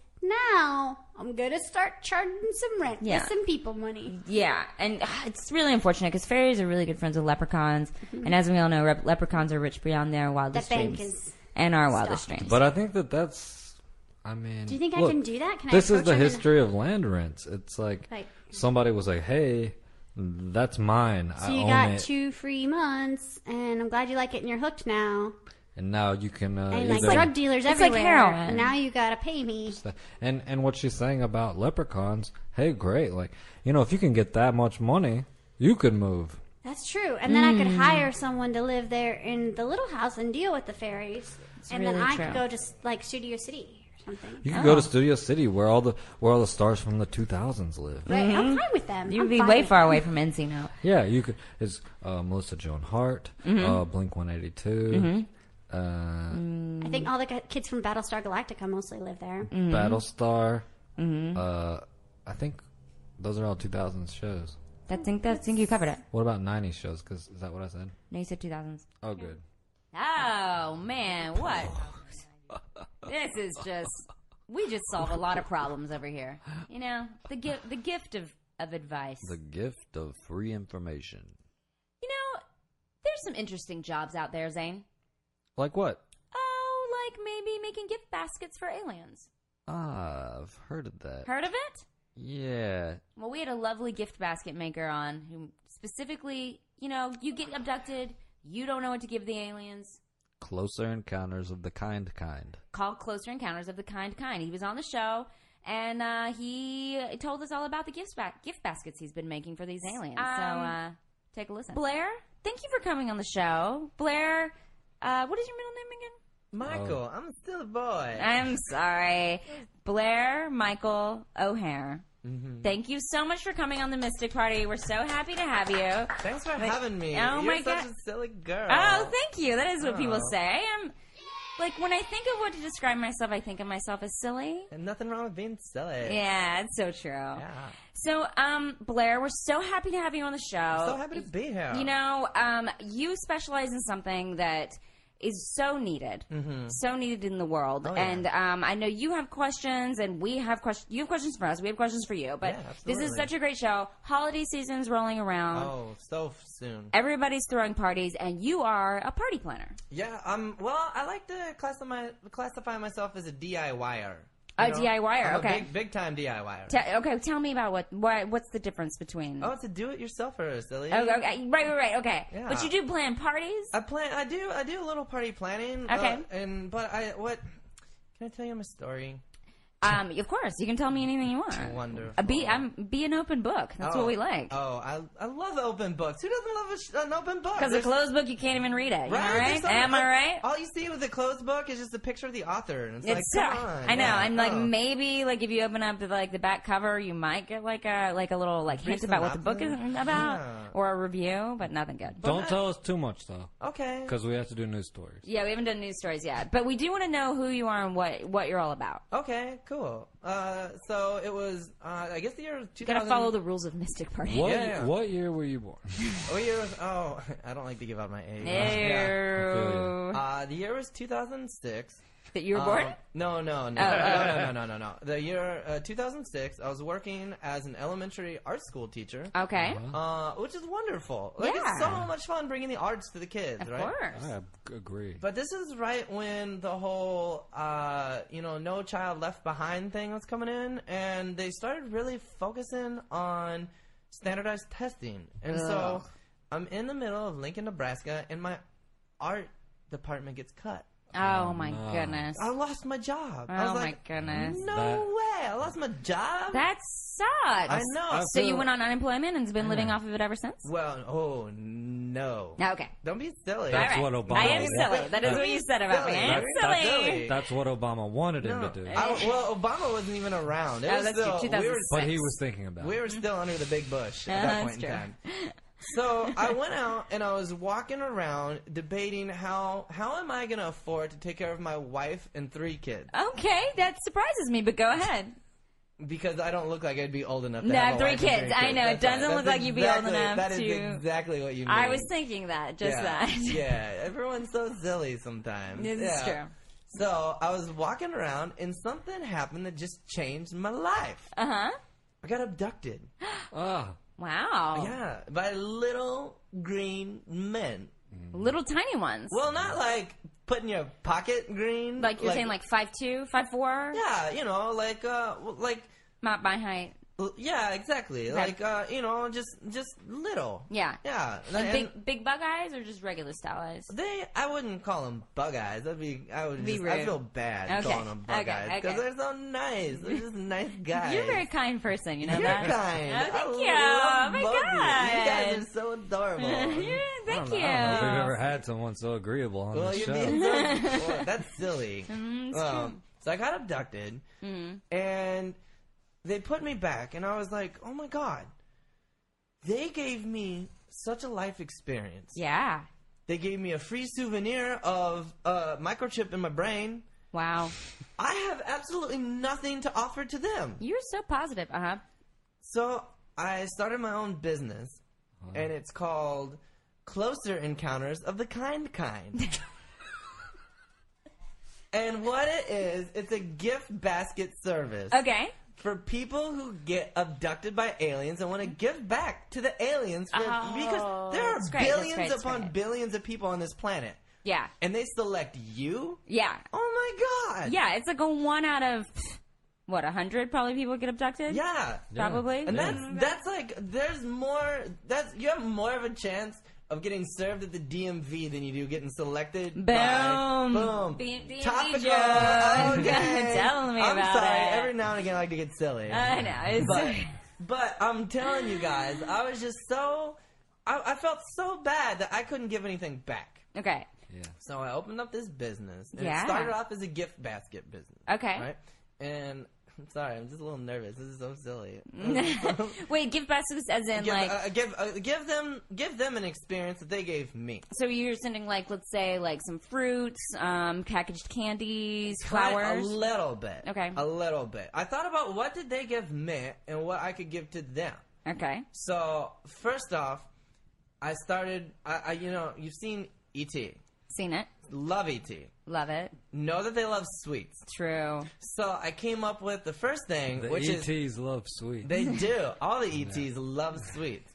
now I'm gonna start charging some rent,
Yeah.
with some people money.
Yeah, and ah, it's really unfortunate because fairies are really good friends with leprechauns,
Mhm.
and as we all know, rep- leprechauns are rich beyond their wildest
The bank
dreams
is
and our wildest dreams.
But I think that that's. I mean,
Do you think I
look,
can do that? Can I
this is
approach
the
them and-
history of land rents. It's like
Right.
somebody was like, "Hey, that's mine. I
So you
own
got
it,
two free months, and I'm glad you like it, and you're hooked now.
and now you can." Uh,
and like
either-
drug dealers
It's like
everywhere.
heroin.
Now you gotta pay me.
And and what she's saying about leprechauns, hey, great! Like you know, if you can get that much money, you could move.
That's true. And then I could
Mm.
hire someone to live there in the little house and deal with the fairies, and then
really
I
true.
could go to s- like Studio City or something.
You could go to Studio City, where all the where all the stars from the two thousands live.
Right, I'm fine with them.
Mm-hmm. You'd
I'm
be
fine
way
with
far
them.
away from Encino.
Yeah, you could. It's uh, Melissa Joan Hart,
Mm-hmm.
Mhm.
uh, Blink One Eighty Two,
Mhm.
uh,
Mm. I think all the g- kids from Battlestar Galactica mostly live there.
Mm.
Mm-hmm. Battlestar.
Mm-hmm.
Uh, I think those are all two thousands shows.
I think that I think you covered it.
What about nineties shows? Because is that what I said?
No, you said two thousands.
Oh, good.
Oh man, what? this is just we just solve a lot of problems over here. You know, the gift the gift of of advice.
The gift of free information.
You know, there's some interesting jobs out there, Zane.
Like what?
Oh, like maybe making gift baskets for aliens.
Ah, I've heard of that.
Heard of it?
Yeah.
Well, we had a lovely gift basket maker on who specifically, you know, you get abducted, you don't know what to give the aliens.
Closer encounters of the kind kind.
Called Closer Encounters of the Kind Kind. He was on the show. And uh, he told us all about the gift, ba- gift baskets he's been making for these aliens. so
Um,
uh, take a listen. Blair, thank you for coming on the show. Blair, uh, what is your middle name again?
Michael,
Oh.
I'm still a boy.
I'm sorry. Blair Michael O'Hare.
Mhm.
Thank you so much for coming on the Mystic Party. We're so happy to have you.
Thanks for
Like-
having me.
Oh
You're
my
such
god.
a silly girl.
Oh, thank you. That is what people
Oh.
say. I'm like when I think of what to describe myself, I think of myself as silly.
And nothing wrong with being silly.
Yeah, it's so true. So, um, Blair, we're so happy to have you on the show.
so happy to be here.
You know, um, you specialize in something that is so needed,
Mhm.
so needed in the world.
Oh, yeah.
And um, I know you have questions, and we have questions. You have questions for us. We have questions for you. But
Yeah,
this is
absolutely.
such a great show. Holiday season's rolling around.
Oh, so soon.
Everybody's throwing parties, and you are a party planner.
Yeah. Um. Well, I like to classify my, classify myself as a DIYer.
A
you know?
DIYer,
I'm a
okay.
big, big time DIYer.
Te- okay, tell me about what, what what's the difference between?
oh, it's a do-it-yourselfer, silly.
Oh, okay, right, right, right. Okay,
Yeah.
but you do plan parties.
I plan. I do. I do a little party planning. uh,
Okay.
and but I what? Can I tell you my story?
Um, of course, you can tell me anything you want.
Wonderful.
Uh, Be I'm be an open book. That's what
Oh,
we like.
Oh, I, I love open books. Who doesn't love a, sh- an open book?
Because a
There's-
closed book, you can't even read it. You know,
Right?
right?
There's so-
Am I right?
All you see with a closed book is just a picture of the author, and it's,
It's
like,
so-
come on,
I know,
yeah,
and like
oh.
maybe like if you open up the, like the back cover, you might get like a like a little like hint about what the book is
synopsis?
about
Yeah.
or a review, but nothing good.
Don't tell us too much though.
Okay.
Because we have to do news stories.
Yeah, we haven't done news stories yet, but we do want to know who you are and what what you're all about.
Okay, cool. Uh, so it was, uh, I guess the year 2000.
You gotta follow the rules of Mystic Party.
What
Yeah.
What year were you born?
What year was? Oh, I don't like to give out my age.
Ew.
Yeah. Uh, the year was 2006.
That you were
Um,
born?
No, no, no,
Oh,
no,
oh.
no, no, no, no, no. The year uh, 2006, I was working as an elementary art school teacher.
Okay.
Uh, which is wonderful. Like,
Yeah.
it's so much fun bringing the arts to the kids, right?
Oh,
I ag- agree.
But this is right when the whole, uh, you know, No Child Left Behind thing was coming in, and they started really focusing on standardized testing. And so
Ugh.
I'm in the middle of Lincoln, Nebraska, and my art department gets cut.
Oh, my goodness.
I lost my job. I
Oh,
was
my
like,
goodness.
No
That-
way! I lost my job.
That sucks.
I know. I
so you
feel-
went on unemployment and's been living off of it ever since?
Well, oh no.
Okay.
Don't be silly.
That's what Obama.
I am
wa-
silly. That is what you said about me. I am
that's-
silly.
That's what Obama wanted him to do.
Uh,
I, well, Obama wasn't even around. It
Oh,
was
that's true,
still, we were,
but he was thinking about.
we
it.
were still under the big bush at
Uh,
Yeah,
that
that's
point in
true.
time. So I went out and I was walking around debating how how am I going to afford to take care of my wife and three kids
Okay, that surprises me, but go ahead.
because I don't look like I'd be old enough. to
No,
have a
three
wife and
kids. I know,
That's
it doesn't look
that's
like you'd be old
exactly-
enough
That is
to-
exactly what you. mean.
I was thinking that, just
yeah.
that.
yeah, everyone's so silly sometimes.
This is
Yeah.
true.
So I was walking around and something happened that just changed my life.
Uh huh.
I got abducted.
oh.
Wow.
Yeah, by little green men.
Little tiny ones.
Well, not like put in your pocket green.
Like you're saying, like five two, five four.
Yeah, you know, like uh, well, like
not my height.
Yeah, exactly.
That-
Like uh, you know, just just little.
Yeah.
Yeah.
And, big big bug eyes or just regular style eyes?
They, I wouldn't call them bug eyes. That'd be, I would
Be
just, I
rude.
feel bad
Okay,
calling them bug
okay,
eyes because
okay.
they're so nice. They're just nice guys.
You're a very kind person, you know
You're
that?
kind.
Oh, thank
I
you.
love
Oh, my
both of you. You guys
God.
are so adorable.
Yeah,
I don't
thank
know, I don't know if we've ever
you.
had someone so agreeable on
Well,
the
you're
show.
being so, well, that's silly.
Mm, it's true.
so I got abducted,
Mm.
and they put me back, and I was like, oh my god, they gave me such a life experience.
Yeah.
They gave me a free souvenir of a microchip in my brain.
Wow.
I have absolutely nothing to offer to them.
You're so positive. Uh huh.
So I started my own business, and it's called Closer Encounters of the Kind Kind. and what it is, it's a gift basket service.
Okay.
For people who get abducted by aliens and want to give back to the aliens, for,
Oh,
because there are
that's great, that's
billions
great, that's
upon billions of people on this planet,
Yeah.
and they select you.
Yeah.
Oh my god.
Yeah, it's like a one out of what a hundred probably people get abducted.
Yeah,
probably.
And that's that's like there's more. That's you have more of a chance of getting served at the DMV than you do getting selected. Boom, by,
Boom.
boom.
B- DMV
Topical.
joke.
Okay.
Tell me
I'm
about
sorry.
it.
Every now and again, I like to get silly.
I know, it's-
But, but I'm telling you guys, I was just so. I, I felt so bad that I couldn't give anything back.
Okay.
So I opened up this business. And
Yeah.
It started off as a gift basket business.
Okay.
Right? And I'm sorry, I'm just a little nervous. This is so silly.
Wait, give baskets as in
give,
like.
uh, give, uh, give them give them an experience that they gave me.
so you're sending like let's say like some fruits, um, packaged candies,
Kind-
flowers.
A little bit.
Okay.
A little bit. I thought about what did they give me and what I could give to them.
Okay.
So first off, I started. I, I you know you've seen E.T.
Seen it.
Love E.T.
Love it.
Know that they love sweets.
True.
So I came up with the first thing,
The E
which
ETs
is
love sweet.
They do. All the ETs love sweets.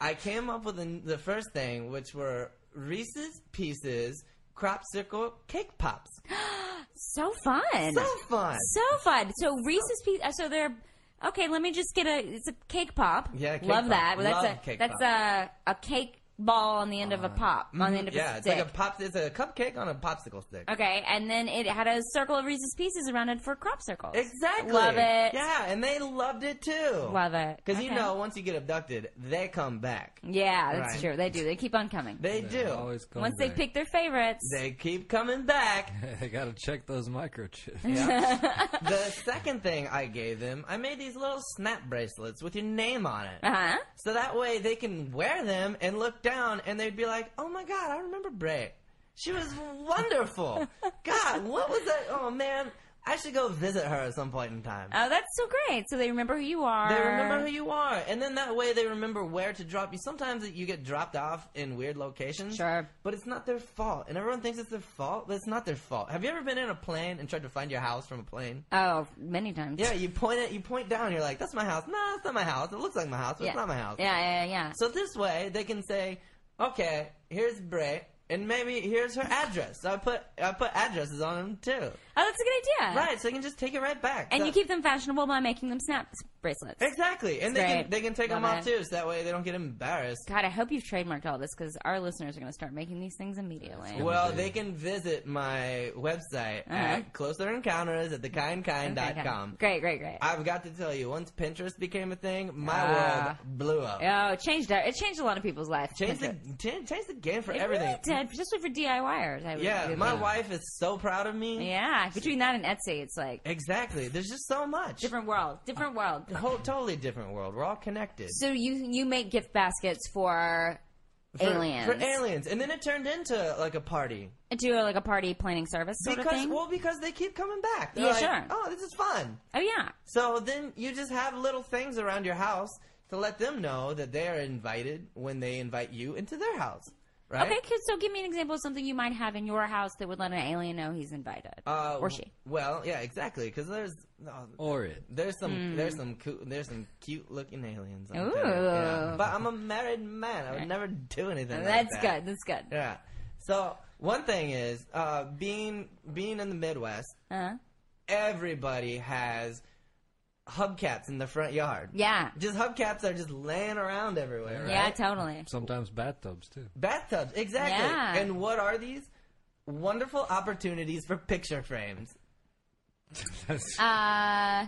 I came up with the, the first thing, which were Reese's Pieces crop circle cake pops.
So fun.
So fun.
So fun. So Reese's Pieces. uh, So they're okay. Let me just get a. It's a cake pop.
Yeah, cake
love
pop.
that. Well, that's
Love
a
cake Uh,
that's a a cake ball on the end of a pop on the end of
Mm-hmm. yeah,
a
it's
stick.
like a pop. It's a cupcake on a popsicle stick.
Okay, and then it had a circle of Reese's Pieces around it for crop circles.
Exactly.
Love it.
Yeah, and they loved it too.
Love it.
Because you
Okay.
know, once you get abducted, they come back.
Yeah, that's
Right.
true. They do. They keep on coming.
They do.
Once they pick their favorites.
They keep coming back.
I gotta check those microchips.
the second thing I gave them, I made these little snap bracelets with your name on it.
Uh-huh.
So that way they can wear them and look down and they'd be like, oh my God, I remember Bray. She was wonderful. God, what was that? Oh man, I should go visit her at some point in time.
Oh, that's so great. So they remember who you are.
They remember who you are, and then that way they remember where to drop you. Sometimes you get dropped off in weird locations. Sure. But it's not their fault, and everyone thinks it's their fault, but it's not their fault. Have you ever been in a plane and tried to find your house from a plane?
Oh, many times.
Yeah, you point it, you point down, you're like, "That's my house." No, it's not my house. It looks like my house, but
Yeah.
it's not my house.
Yeah, yeah, yeah.
So this way, they can say, "Okay, here's Bray, and maybe here's her address." So I put I put addresses on them too.
Oh, that's a good idea.
Right, so they can just take it right back.
And
So-
you keep them fashionable by making them snap bracelets.
Exactly, and
It's
they can
great.
they can take
Love
them off
it.
too, so that way they don't get embarrassed.
God, I hope you've trademarked all this because our listeners are going to start making these things immediately.
Well, they can visit my website
Alright.
at closer encounters at thekindkind.com.
Great, great, great.
I've got to tell you, once Pinterest became a thing, my
Ah.
world blew up.
Oh, it changed. It changed a lot of people's lives.
Changed the, changed, changed the game for
it
everything.
Really did, especially for DIYers. I would
Yeah,
really
my
think.
wife is so proud of me.
Yeah, between that and Etsy, it's like
Exactly. There's just so much.
different world, different world.
A whole totally different world. We're all connected.
So you you make gift baskets for,
For-
aliens
For aliens. And then it turned into like a party.
Do like a party planning service sort
because
of thing.
well, because they keep coming back. They're
Yeah,
like,
sure.
Oh, this is fun.
Oh yeah.
So then you just have little things around your house to let them know that they are invited when they invite you into their house. Right?
Okay, kid, so give me an example of something you might have in your house that would let an alien know he's invited.
Uh,
or she.
Well, yeah, exactly. Because there's uh,
or it.
There's some
Mm.
there's some coo- there's some cute looking aliens. out
Ooh.
there, yeah. But I'm a married man. I would never do anything. like
That's
that.
good. That's good.
Yeah. So one thing is uh, being being in the Midwest.
Uh-huh.
Everybody has hubcaps in the front yard.
Yeah.
Just hubcaps are just laying around everywhere. Right?
Yeah, totally.
Sometimes bathtubs too.
Bathtubs, exactly.
Yeah.
And what are these? Wonderful opportunities for picture frames.
Uh,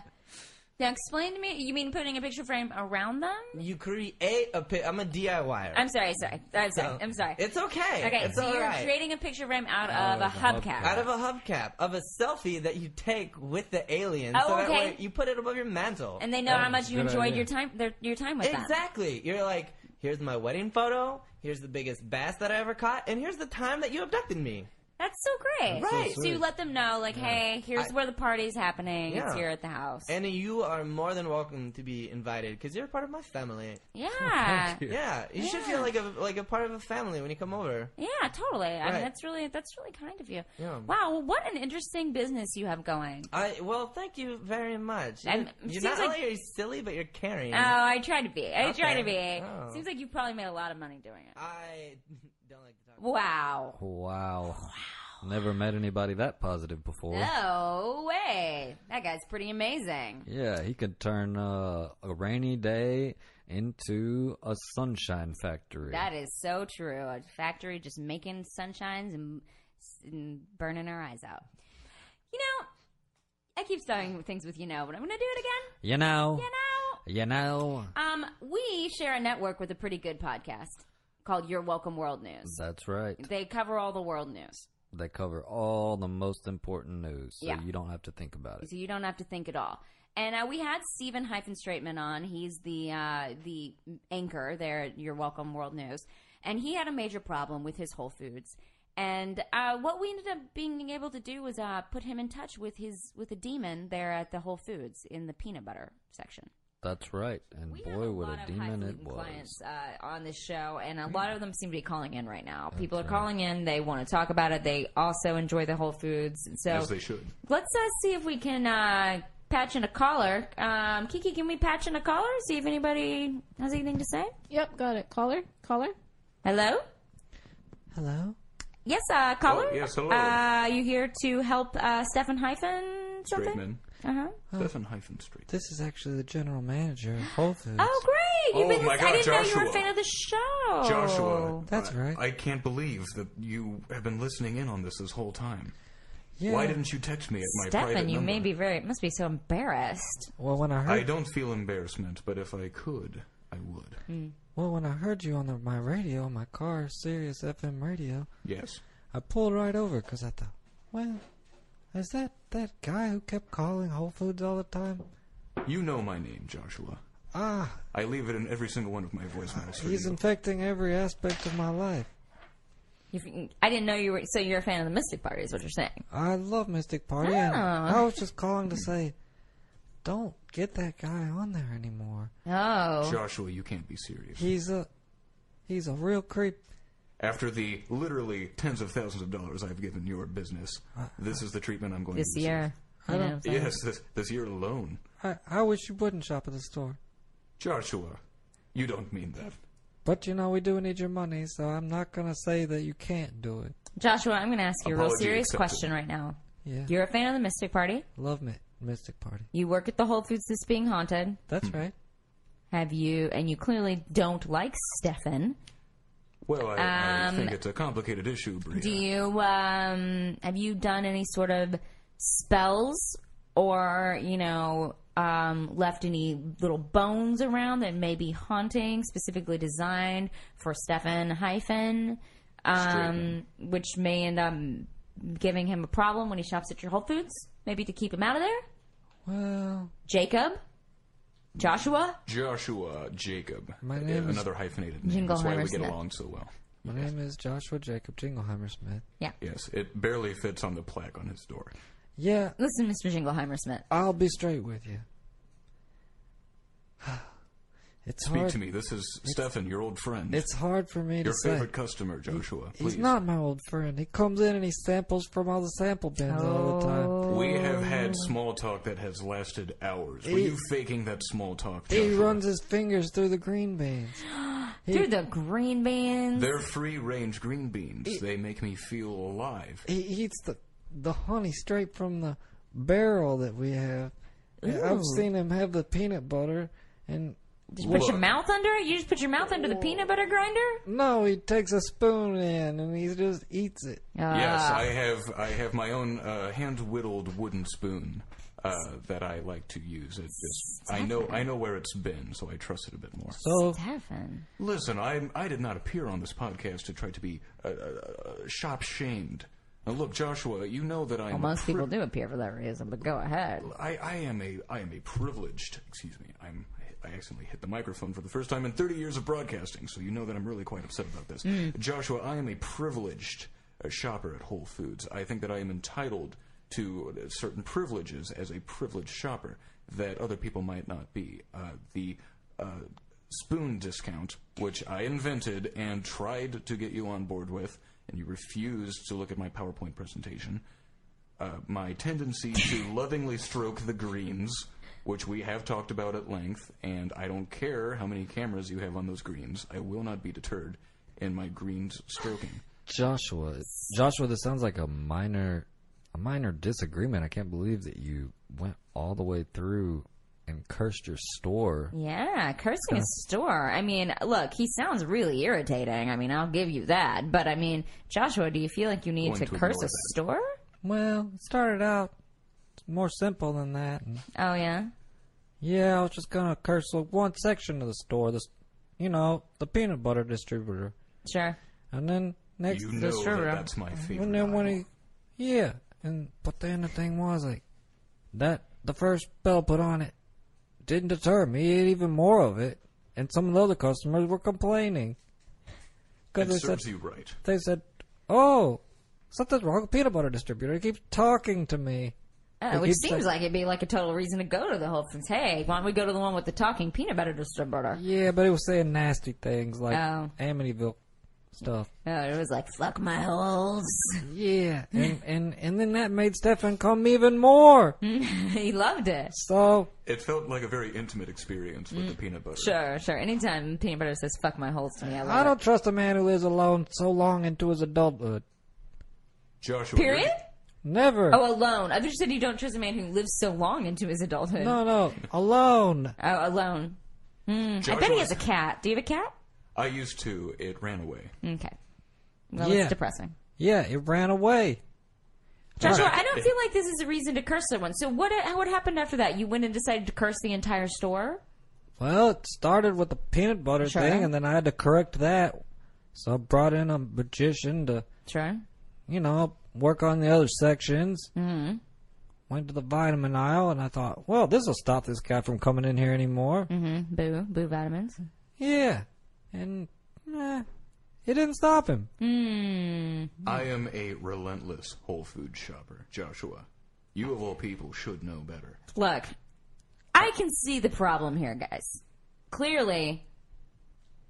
now explain to me. You mean putting a picture frame around them?
You create a pic. I'm a DIYer.
I'm sorry, sorry. I'm sorry. I'm sorry.
It's okay.
Okay,
It's
so you're
alright.
creating a picture frame out of a hubcap.
Out of a hubcap of a selfie that you take with the alien.
Oh,
so that
okay.
way you put it above your mantle.
and they know how much you enjoyed your time their, your time with them.
Exactly. You're like, here's my wedding photo. Here's the biggest bass that I ever caught, and here's the time that you abducted me.
That's so great.
That's so
So,
sweet.
you let them know, like, hey, here's where the party's happening. It's
Yeah.
here at the house.
And you are more than welcome to be invited because you're part of my family.
Yeah. Thank you.
Yeah. You should feel
Yeah.
like a like a part of a family when you come over.
yeah, totally. I mean,
Right.
that's really that's really kind of you.
Yeah.
Wow, well, what an interesting business you have going.
I well, thank you very much.
And it
you're
seems
not
like-
only are you silly, but you're
Oh,
caring.
I try to be. I try to be.
Okay. Oh.
Seems like you probably made a lot of money doing it.
I don't like to talk.
Wow.
Wow. Never met anybody that positive before.
No way. That guy's pretty amazing.
Yeah, he could turn uh, a rainy day into a sunshine factory.
That is so true. A factory just making sunshines and, and burning our eyes out. You know, I keep starting things with you know, but I'm going to do it again.
you know.
You
You know.
Um, we share a network with a pretty good podcast called Your Welcome World News.
That's right.
They cover all the world news,
They cover all the most important news, so
Yeah.
you don't have to think about it.
so you don't have to think at all. And uh, we had Stephen Hyphen Straitman on. He's the uh, the anchor there at Your Welcome World News, and he had a major problem with his Whole Foods. And uh, what we ended up being able to do was uh, put him in touch with his with a demon there at the Whole Foods in the peanut butter section.
That's right. And boy, what a demon it was.
clients uh, on this show, and a lot of them seem to be calling in right now. People are calling in; they want to talk about it. They also enjoy the Whole Foods, and so
As they should.
let's uh, see if we can uh, patch in a caller. Um, Kiki, can we patch in a caller? See if anybody has anything to say.
Yep, got it. Caller, caller.
Hello.
Hello.
Yes, uh, caller.
Oh, yes, hello.
Uh, you here to help uh, Stefan Hyphen something?
Straightman.
Uh huh.
Stefan hyphen Street.
This is actually the general manager of Whole Foods.
Oh, great! You've
Oh,
been
my
listening- I
God,
didn't know you were a
Joshua.
fan of the show.
Joshua.
Oh, That's
I-
right.
I can't believe that you have been listening in on this this whole time.
Yeah.
Why didn't you text me at my
Stefan,
private
you
number?
may be very must be so embarrassed.
Well, when I heard,
I don't feel embarrassment, but if I could, I would.
Mm. well, when I heard you on the, my radio, my car, Sirius FM radio,
Yes.
I pulled right over because I thought, well, is that that guy who kept calling Whole Foods all the time?
You know my name, Joshua.
Ah,
I leave it in every single one of my voicemails for
he's
you.
infecting every aspect of my life.
You- I didn't know you were so you're a fan of the Mystic Party, is what you're saying.
I love Mystic Party, and
Oh.
I was just calling to say, don't get that guy on there anymore.
Oh.
Joshua, you can't be serious.
He's a, he's a real creep.
After the literally tens of thousands of dollars I've given your business, this is the treatment I'm going
This
to receive.
year.
Uh, I don't-
You know what I'm saying?
Yes, this, this year alone.
I, I wish you wouldn't shop at the store.
Joshua, you don't mean that.
But you know, we do need your money, so I'm not gonna say that you can't do it.
Joshua, I'm going to ask you a real
Apology
serious
accepted.
question right now.
Yeah.
You're a fan of the Mystic Party.
Love Mi- Mystic Party.
You work at the Whole Foods that's being haunted.
That's right.
Have you? And you clearly don't like Stefan.
Well, I,
Um,
I think it's a complicated issue, Bree.
Do you? Um, have you done any sort of spells or you know um, left any little bones around that may be haunting, specifically designed for Stefan Hyphen, um, which may end up giving him a problem when he shops at your Whole Foods, maybe to keep him out of there.
Well,
Jacob, Joshua.
Joshua Jacob.
My
Uh,
name is-
another hyphenated name. That's why we get
Jingleheimer
along so well.
My name is Joshua Jacob Jingleheimer Smith.
Yeah.
Yes, it barely fits on the plaque on his door.
Yeah.
Listen, Mr. Jingleheimer Smith.
I'll be straight with you. It's
Speak
hard.
to me. This is
It's-
Stefan, your old friend.
It's hard for me
your
to say.
favorite customer, Joshua. Please.
He's not my old friend. He comes in and he samples from all the sample bins
Oh.
all the time.
We have had small talk that has lasted hours. Were
He-
you faking that small talk?
He runs his fingers through the green beans. He-
Through the green beans.
They're free range green beans. they make me feel alive.
He eats the the honey straight from the barrel that we have. And I've
Ooh.
seen him have the peanut butter and
Did you put your mouth under it? You just put your mouth under the peanut butter grinder?
No, he takes a spoon in and he just eats it.
Ah.
Yes, I have. I have my own uh, hand whittled wooden spoon uh, that I like to use. It just, I know. I know where it's been, so I trust it a bit more.
So
Stefan.
Listen, I I did not appear on this podcast to try to be uh, uh, uh, shop shamed. Now look, Joshua, you know that I'm
Well,
a
most
pri-
people do appear for that reason, but go ahead.
I, I am a I am a privileged. Excuse me. I'm I accidentally hit the microphone for the first time in 30 years of broadcasting, so you know that I'm really quite upset about this.
Mm.
Joshua, I am a privileged uh, shopper at Whole Foods. I think that I am entitled to uh, certain privileges as a privileged shopper that other people might not be. Uh, the uh, spoon discount, which I invented and tried to get you on board with, and you refused to look at my PowerPoint presentation uh, my tendency to lovingly stroke the greens, which we have talked about at length, and I don't care how many cameras you have on those greens. I will not be deterred in my greens stroking.
Joshua, Joshua, this sounds like a minor, a minor disagreement. I can't believe that you went all the way through and cursed your store.
Yeah, cursing a store. I mean, look, he sounds really irritating. I mean, I'll give you that. But I mean, Joshua, do you feel like you need
Going
to
to ignore
curse a
that.
store?
Well, it started out more simple than that. And
Oh, yeah?
yeah, I was just gonna curse like, one section of the store, this, you know, the peanut butter distributor.
Sure.
And then next,
you know that that's my favorite.
And then when he, yeah, and but then the thing was like, that the first spell put on it didn't deter me. He ate even more of it, and some of the other customers were complaining
That
they
serves
said
you right.
they said, "Oh, something's wrong with peanut butter distributor. He keeps talking to me."
Uh,
He
which
keeps
seems like it'd be like a total reason to go to the Whole Foods. Hey, why don't we go to the one with the talking peanut butter distributor?
Yeah, but he was saying nasty things like
Oh.
Amityville stuff.
Oh, it was like, fuck my holes.
Yeah, and and and then that made Stefan come even more.
he loved it.
So
It felt like a very intimate experience
Mm.
with the peanut butter.
Sure, sure. Anytime peanut butter says "fuck my holes" to me, I love
I don't trust a man who lives alone so long into his adulthood.
it.
Joshua,
Period.
Never.
Oh, alone. I thought you said you don't trust a man who lives so long into his adulthood.
no, no, alone.
Oh, alone. Hmm. I bet he has a cat. Do you have a cat?
I used to. It ran away.
Okay. Well,
yeah.
it's depressing.
Yeah, it ran away.
Joshua,
Right.
I don't feel like this is a reason to curse someone. So what? uh, What happened after that? You went and decided to curse the entire store.
Well, it started with the peanut butter
Sure.
thing, and then I had to correct that. So I brought in a magician to,
sure.
you know, work on the other sections.
Mm-hmm.
Went to the vitamin aisle, and I thought, well, this will stop this guy from coming in here anymore.
Mm-hmm. Boo, boo, vitamins.
Yeah, and eh, it didn't stop him.
Mm.
I am a relentless Whole Food shopper, Joshua. You of all people should know better.
Look, I can see the problem here, guys. Clearly,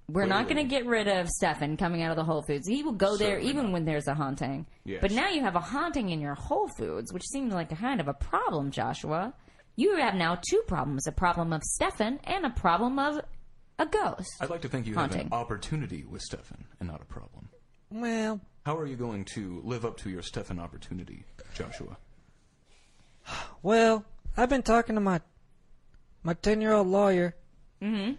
we're not going to get rid of Stefan coming out of the Whole Foods. He will go there even when there's a haunting.
Yes.
But now you have a haunting in your Whole Foods, which seems like a kind of a problem, Joshua. You have now two problems a problem of Stefan and a problem of a ghost.
I'd like to think you have
Haunting.
an opportunity with Stefan and not a problem.
Well,
How are you going to live up to your Stefan opportunity, Joshua?
Well, I've been talking to my my ten year old lawyer.
Mm-hmm.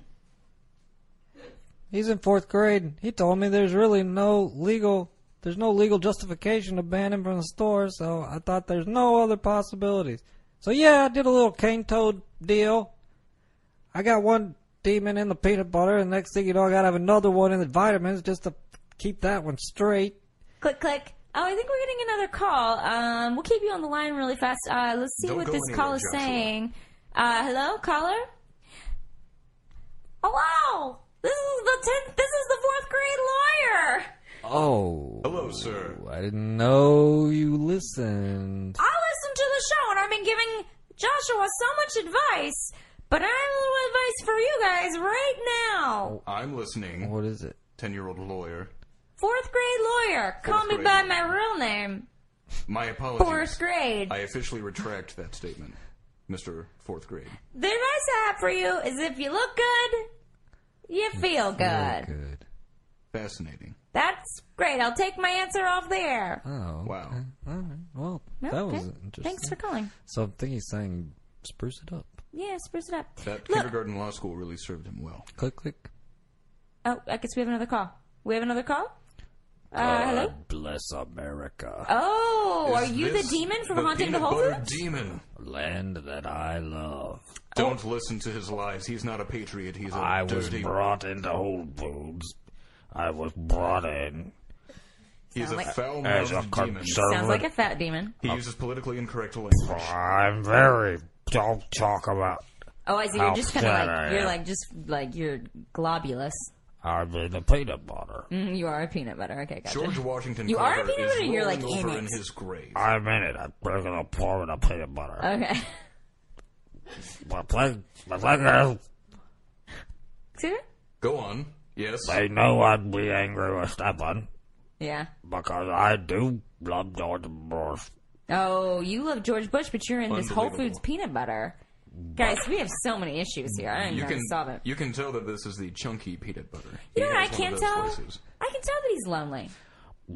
He's in fourth grade. and He told me there's really no legal there's no legal justification to ban him from the store, so I thought there's no other possibilities. So yeah, I did a little cane toad deal. I got one demon in the peanut butter, and next thing you know I gotta have another one in the vitamins just to keep that one straight.
Click, click. Oh, I think we're getting another call. Um, we'll keep you on the line really fast. Uh, let's see
Don't
what
go
this call
anywhere,
is
Joshua.
saying. Uh, hello, caller. Hello. This is the tenth. This is the fourth grade lawyer.
Oh.
Hello, sir.
I didn't know you listened.
I listened to the show and I've been giving Joshua so much advice, but I have a little advice for you guys right now.
I'm listening.
What is it?
Ten-year-old lawyer.
Fourth grade lawyer, call
Fourth
me
grade
by my real name.
My apologies.
Fourth grade.
I officially retract that statement, Mr. Fourth Grade.
The advice I have for you is if you look good, you feel good.
Good.
Fascinating.
That's great. I'll take my answer off there.
Oh.
Wow.
All right. Well,
No,
that
okay.
was interesting.
Thanks for calling.
So I think he's saying spruce it up.
Yeah, spruce it up.
That
Look-
kindergarten law school really served him well.
Click, click.
Oh, I guess we have another call. We have another call? Uh,
God
hello?
bless America.
Oh, are you the demon from haunting the Whole Foods?
Demon.
Land that I love.
Don't listen to his lies. He's not a patriot. He's a
I was
dirty-
brought into Whole Foods. I was brought in
He's
Sound
a
like-
foul-mouthed
As a Oh.
demon.
Sounds like a fat demon.
He uses politically incorrect language.
I'm very. Don't talk about.
Oh, I see.
how
You're just kind of
fat
like
I
you're
am.
like just like you're globulous.
I'm in the peanut butter.
Mm, you are a peanut butter. Okay, gotcha.
George Washington
You are a
Carver
peanut
is
butter. and You're like
rolling
in
over
it.
in his grave.
I'm in it. I'm gonna pour in a peanut butter.
Okay.
My leg, my leg is
Excuse me?
Go on. Yes.
They know I'd be angry with Stefan
Yeah.
because I do love George Bush.
Oh, you love George Bush, but you're in this Whole Foods
Unbelievable.
peanut butter. Guys, we have so many issues here. I am
You
going
can
to solve it.
you can tell that this is the chunky peanut butter.
You know
He
what I
has one
can't
of those
tell?
voices.
I can tell that he's lonely.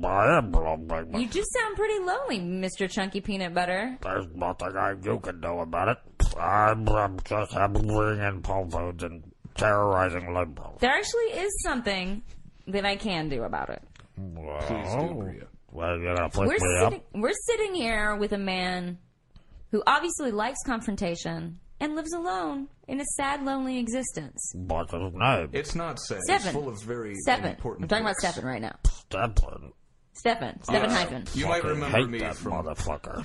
I am lonely.
You just sound pretty lonely, Mr. Chunky Peanut Butter.
There's nothing I, you can do about it. I'm, I'm just hammering in Whole Foods and terrorizing liberals.
There actually is something that I can do about it.
Well, Well, you're gonna flip
we're
me
sitting,
up.
we're sitting here with a man who obviously likes confrontation and lives alone in a sad, lonely existence.
What's his name?
It's not sad.
Stefan.
It's full of very
Stefan.
important.
I'm talking about
bits.
Stefan right now.
Stefan.
Stefan. Stefan Hyphen.
Uh, You might
Fucking
remember
hate
me
that
from-
motherfucker.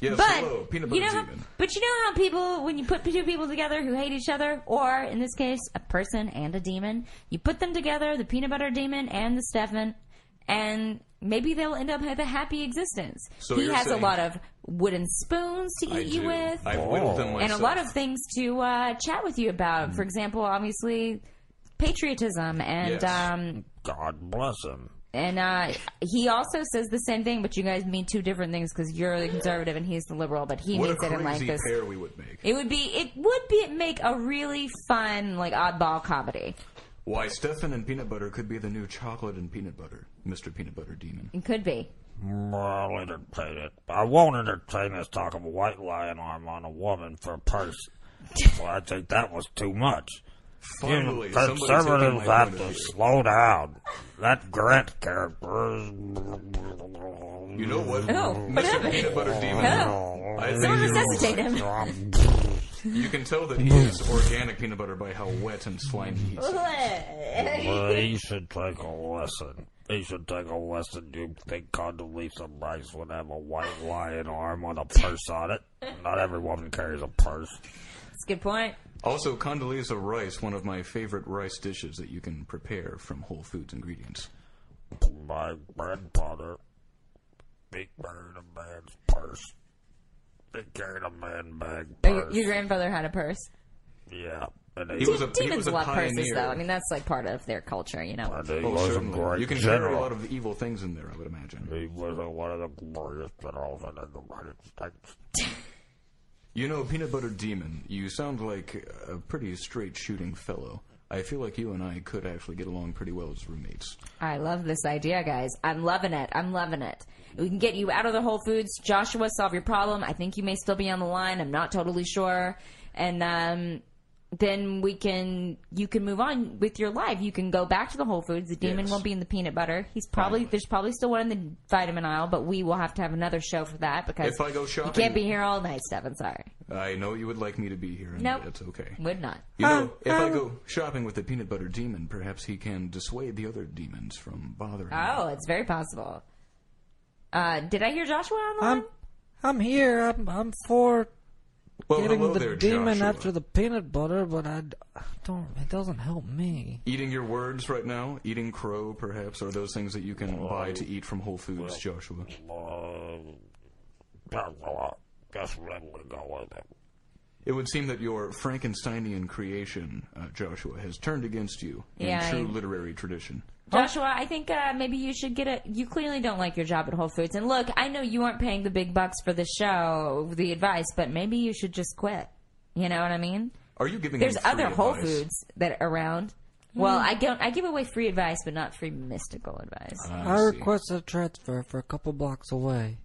Yes,
But
hello, peanut butter
you know, how,
demon.
but you know how people, when you put two people together who hate each other, or in this case, a person and a demon, you put them together, the peanut butter demon and the Stefan, and maybe they'll end up with a happy existence.
So
he
you're
has a
saying-
lot of wooden spoons to eat
I
you
do.
with,
I've whittled them
and a
myself. Mm.
lot of things to uh, chat with you about. For example, obviously, patriotism and.
Yes.
Um,
God bless him.
and uh, he also says the same thing, but you guys mean two different things because you're the conservative and he's the liberal, but he
what
means
a
it in like
crazy
this.
pair we would make.
It would be it would be make a really fun like oddball comedy.
Why Stefan and peanut butter could be the new chocolate and peanut butter, Mr. Peanut Butter Demon.
It could be.
Well, I'll entertain it. I won't entertain this talk of a white lion arm on a woman for a purse. so I think that was too much. You
Finally, somebody
conservatives
taking my
have
point
to
of view.
slow down. That Grant character is.
You know what?
Oh, what
Mr.
happened?
Peanut Butter Demon.
Oh.
I think
Someone
you're-
resuscitate him.
You can tell that he is organic peanut butter by how wet and slimy he is.
é?
Well, he should take a lesson. He should take a lesson. You think Condoleezza Rice would have a white lion arm on a purse on it? Not every woman carries a purse.
It's a good point.
Also, Condoleezza rice, one of my favorite rice dishes that you can prepare from Whole Foods ingredients.
My grandfather, he carried a man's purse. He carried a man bag
Uh, Your,
purse.
your grandfather had a purse.
Yeah. And
He was a- he
Demons
was a
love purses,
pioneer.
though. I mean, that's like part of their culture, you know.
He was a great
You can carry a
general.
lot of evil things in there, I would imagine.
He was a, one of the glorious generals in the United States.
You know, Peanut Butter Demon, you sound like a pretty straight shooting fellow. I feel like you and I could actually get along pretty well as roommates.
I love this idea, guys. I'm loving it. I'm loving it. We can get you out of the Whole Foods. Joshua, solve your problem. I think you may still be on the line. I'm not totally sure. And um, then we can, you can move on with your life. You can go back to the Whole Foods. The demon
Yes.
won't be in the peanut butter. He's probably there's probably still one in the vitamin aisle, but we will have to have another show for that because
If I go shopping-
you can't be here all night, Stefan. Sorry,
I know you would like me to be here, and
Nope.
that's okay.
would not.
You know, if
um,
I go shopping with the peanut butter demon, perhaps he can dissuade the other demons from bothering.
Oh, it's very possible. Uh, did I hear Joshua on the line?
I'm here. I'm I'm for
Well,
getting
hello
the
there,
demon
Joshua.
after the peanut butter, but I d- I don't. It doesn't help me.
Eating your words right now, eating crow, perhaps, are those things that you can buy to eat from Whole Foods, Joshua.
uh, Guess where I'm gonna go with it.
It would seem that your Frankensteinian creation, uh, Joshua, has turned against you in
Yeah,
true
I-
literary tradition.
Joshua, I think uh, maybe you should get a. You clearly don't like your job at Whole Foods, and look, I know you aren't paying the big bucks for the show, the advice, but maybe you should just quit. You know what I mean?
Are you giving?
There's
him free
other Whole
advice?
Foods that are around. Well,
Hmm.
I don't. I give away free advice, but not free mystical advice.
I, requested a transfer for a couple blocks away,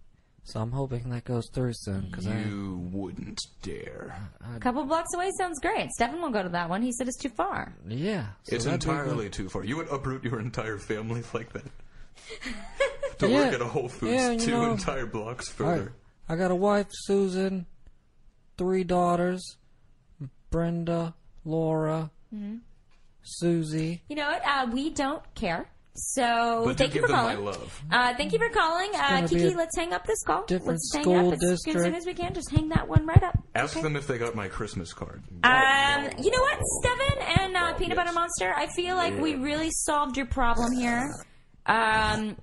so I'm hoping that goes through soon. Cause
you wouldn't dare.
a couple blocks away sounds great. Stefan will go to that one. He said it's too far.
Yeah, so
it's
that'd be
entirely too far. You would uproot your entire family like that to work
Yeah.
at a Whole Foods
Yeah, you
two
know.
entire blocks
good.
further.
I, I got a wife, Susan, three daughters, Brenda, Laura,
Mhm.
Susie.
You know what? Uh, we don't care. So
But do
thank you
give
for
them my
calling.
love.
Uh, thank you for calling, uh,
gonna be
Kiki.
a
Let's hang up this call.
different
let's hang
school
up as, as soon
district.
as we can. Just hang that one right up.
Ask them if they got my Christmas card.
Um, you know what, Steven and uh, Peanut Butter Monster, I feel like we really solved your problem here. Um,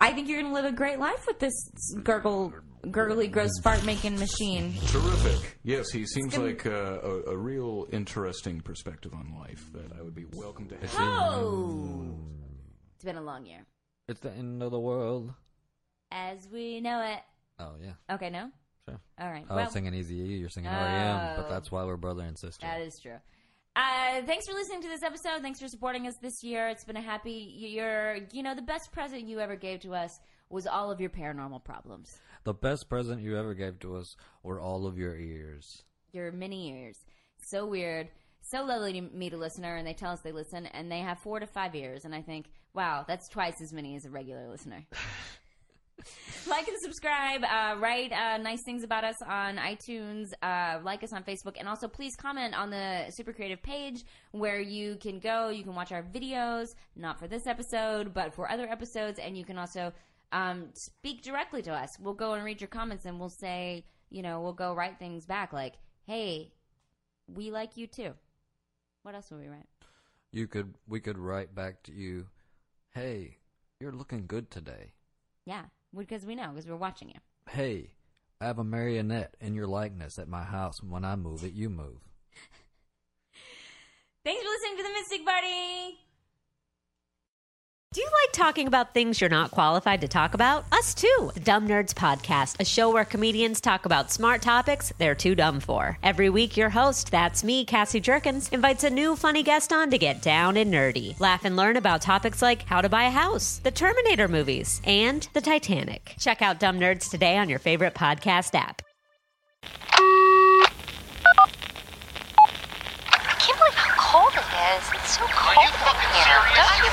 I think you're going to live a great life with this gurgle, gurgly, gross fart making machine.
Terrific. Yes, he seems
gonna-
like uh, a, a real interesting perspective on life that I would be welcome to have.
Oh, it's been a long year,
It's the end of the world.
as we know it.
Oh yeah.
Okay, no,
Sure.
all right.
I
well,
was singing Easy E. You're singing R.E.M.
Oh.
But that's why we're brother and sister.
That is true. Uh, thanks for listening to this episode. Thanks for supporting us this year. It's been a happy year. You know, the best present you ever gave to us was all of your paranormal problems.
The best present you ever gave to us were all of your ears.
your many ears. So weird. So lovely to meet a listener, and they tell us they listen, and they have four to five ears, and I think, wow, that's twice as many as a regular listener. like and subscribe. Uh, write uh, nice things about us on iTunes. Uh, like us on Facebook, and also please comment on the Super Creative page where you can go. You can watch our videos, not for this episode, but for other episodes, and you can also um, speak directly to us. We'll go and read your comments, and we'll say, you know, we'll go write things back like, "Hey, we like you too." What else would we write?
You could we could write back to you, Hey, you're looking good today.
Yeah, because we know because we're watching you.
Hey, I have a marionette in your likeness at my house. and When I move it, you move.
Thanks for listening to the Mystic Party.
Do you like talking about things you're not qualified to talk about? Us too. The Dumb Nerds Podcast, a show where comedians talk about smart topics they're too dumb for. Every week, your host, that's me, Cassie Jerkins, invites a new funny guest on to get down and nerdy. Laugh and learn about topics like how to buy a house, the Terminator movies, and the Titanic. Check out Dumb Nerds today on your favorite podcast app.
I can't believe how cold it is. It's so cold. Are you fucking serious? Don't you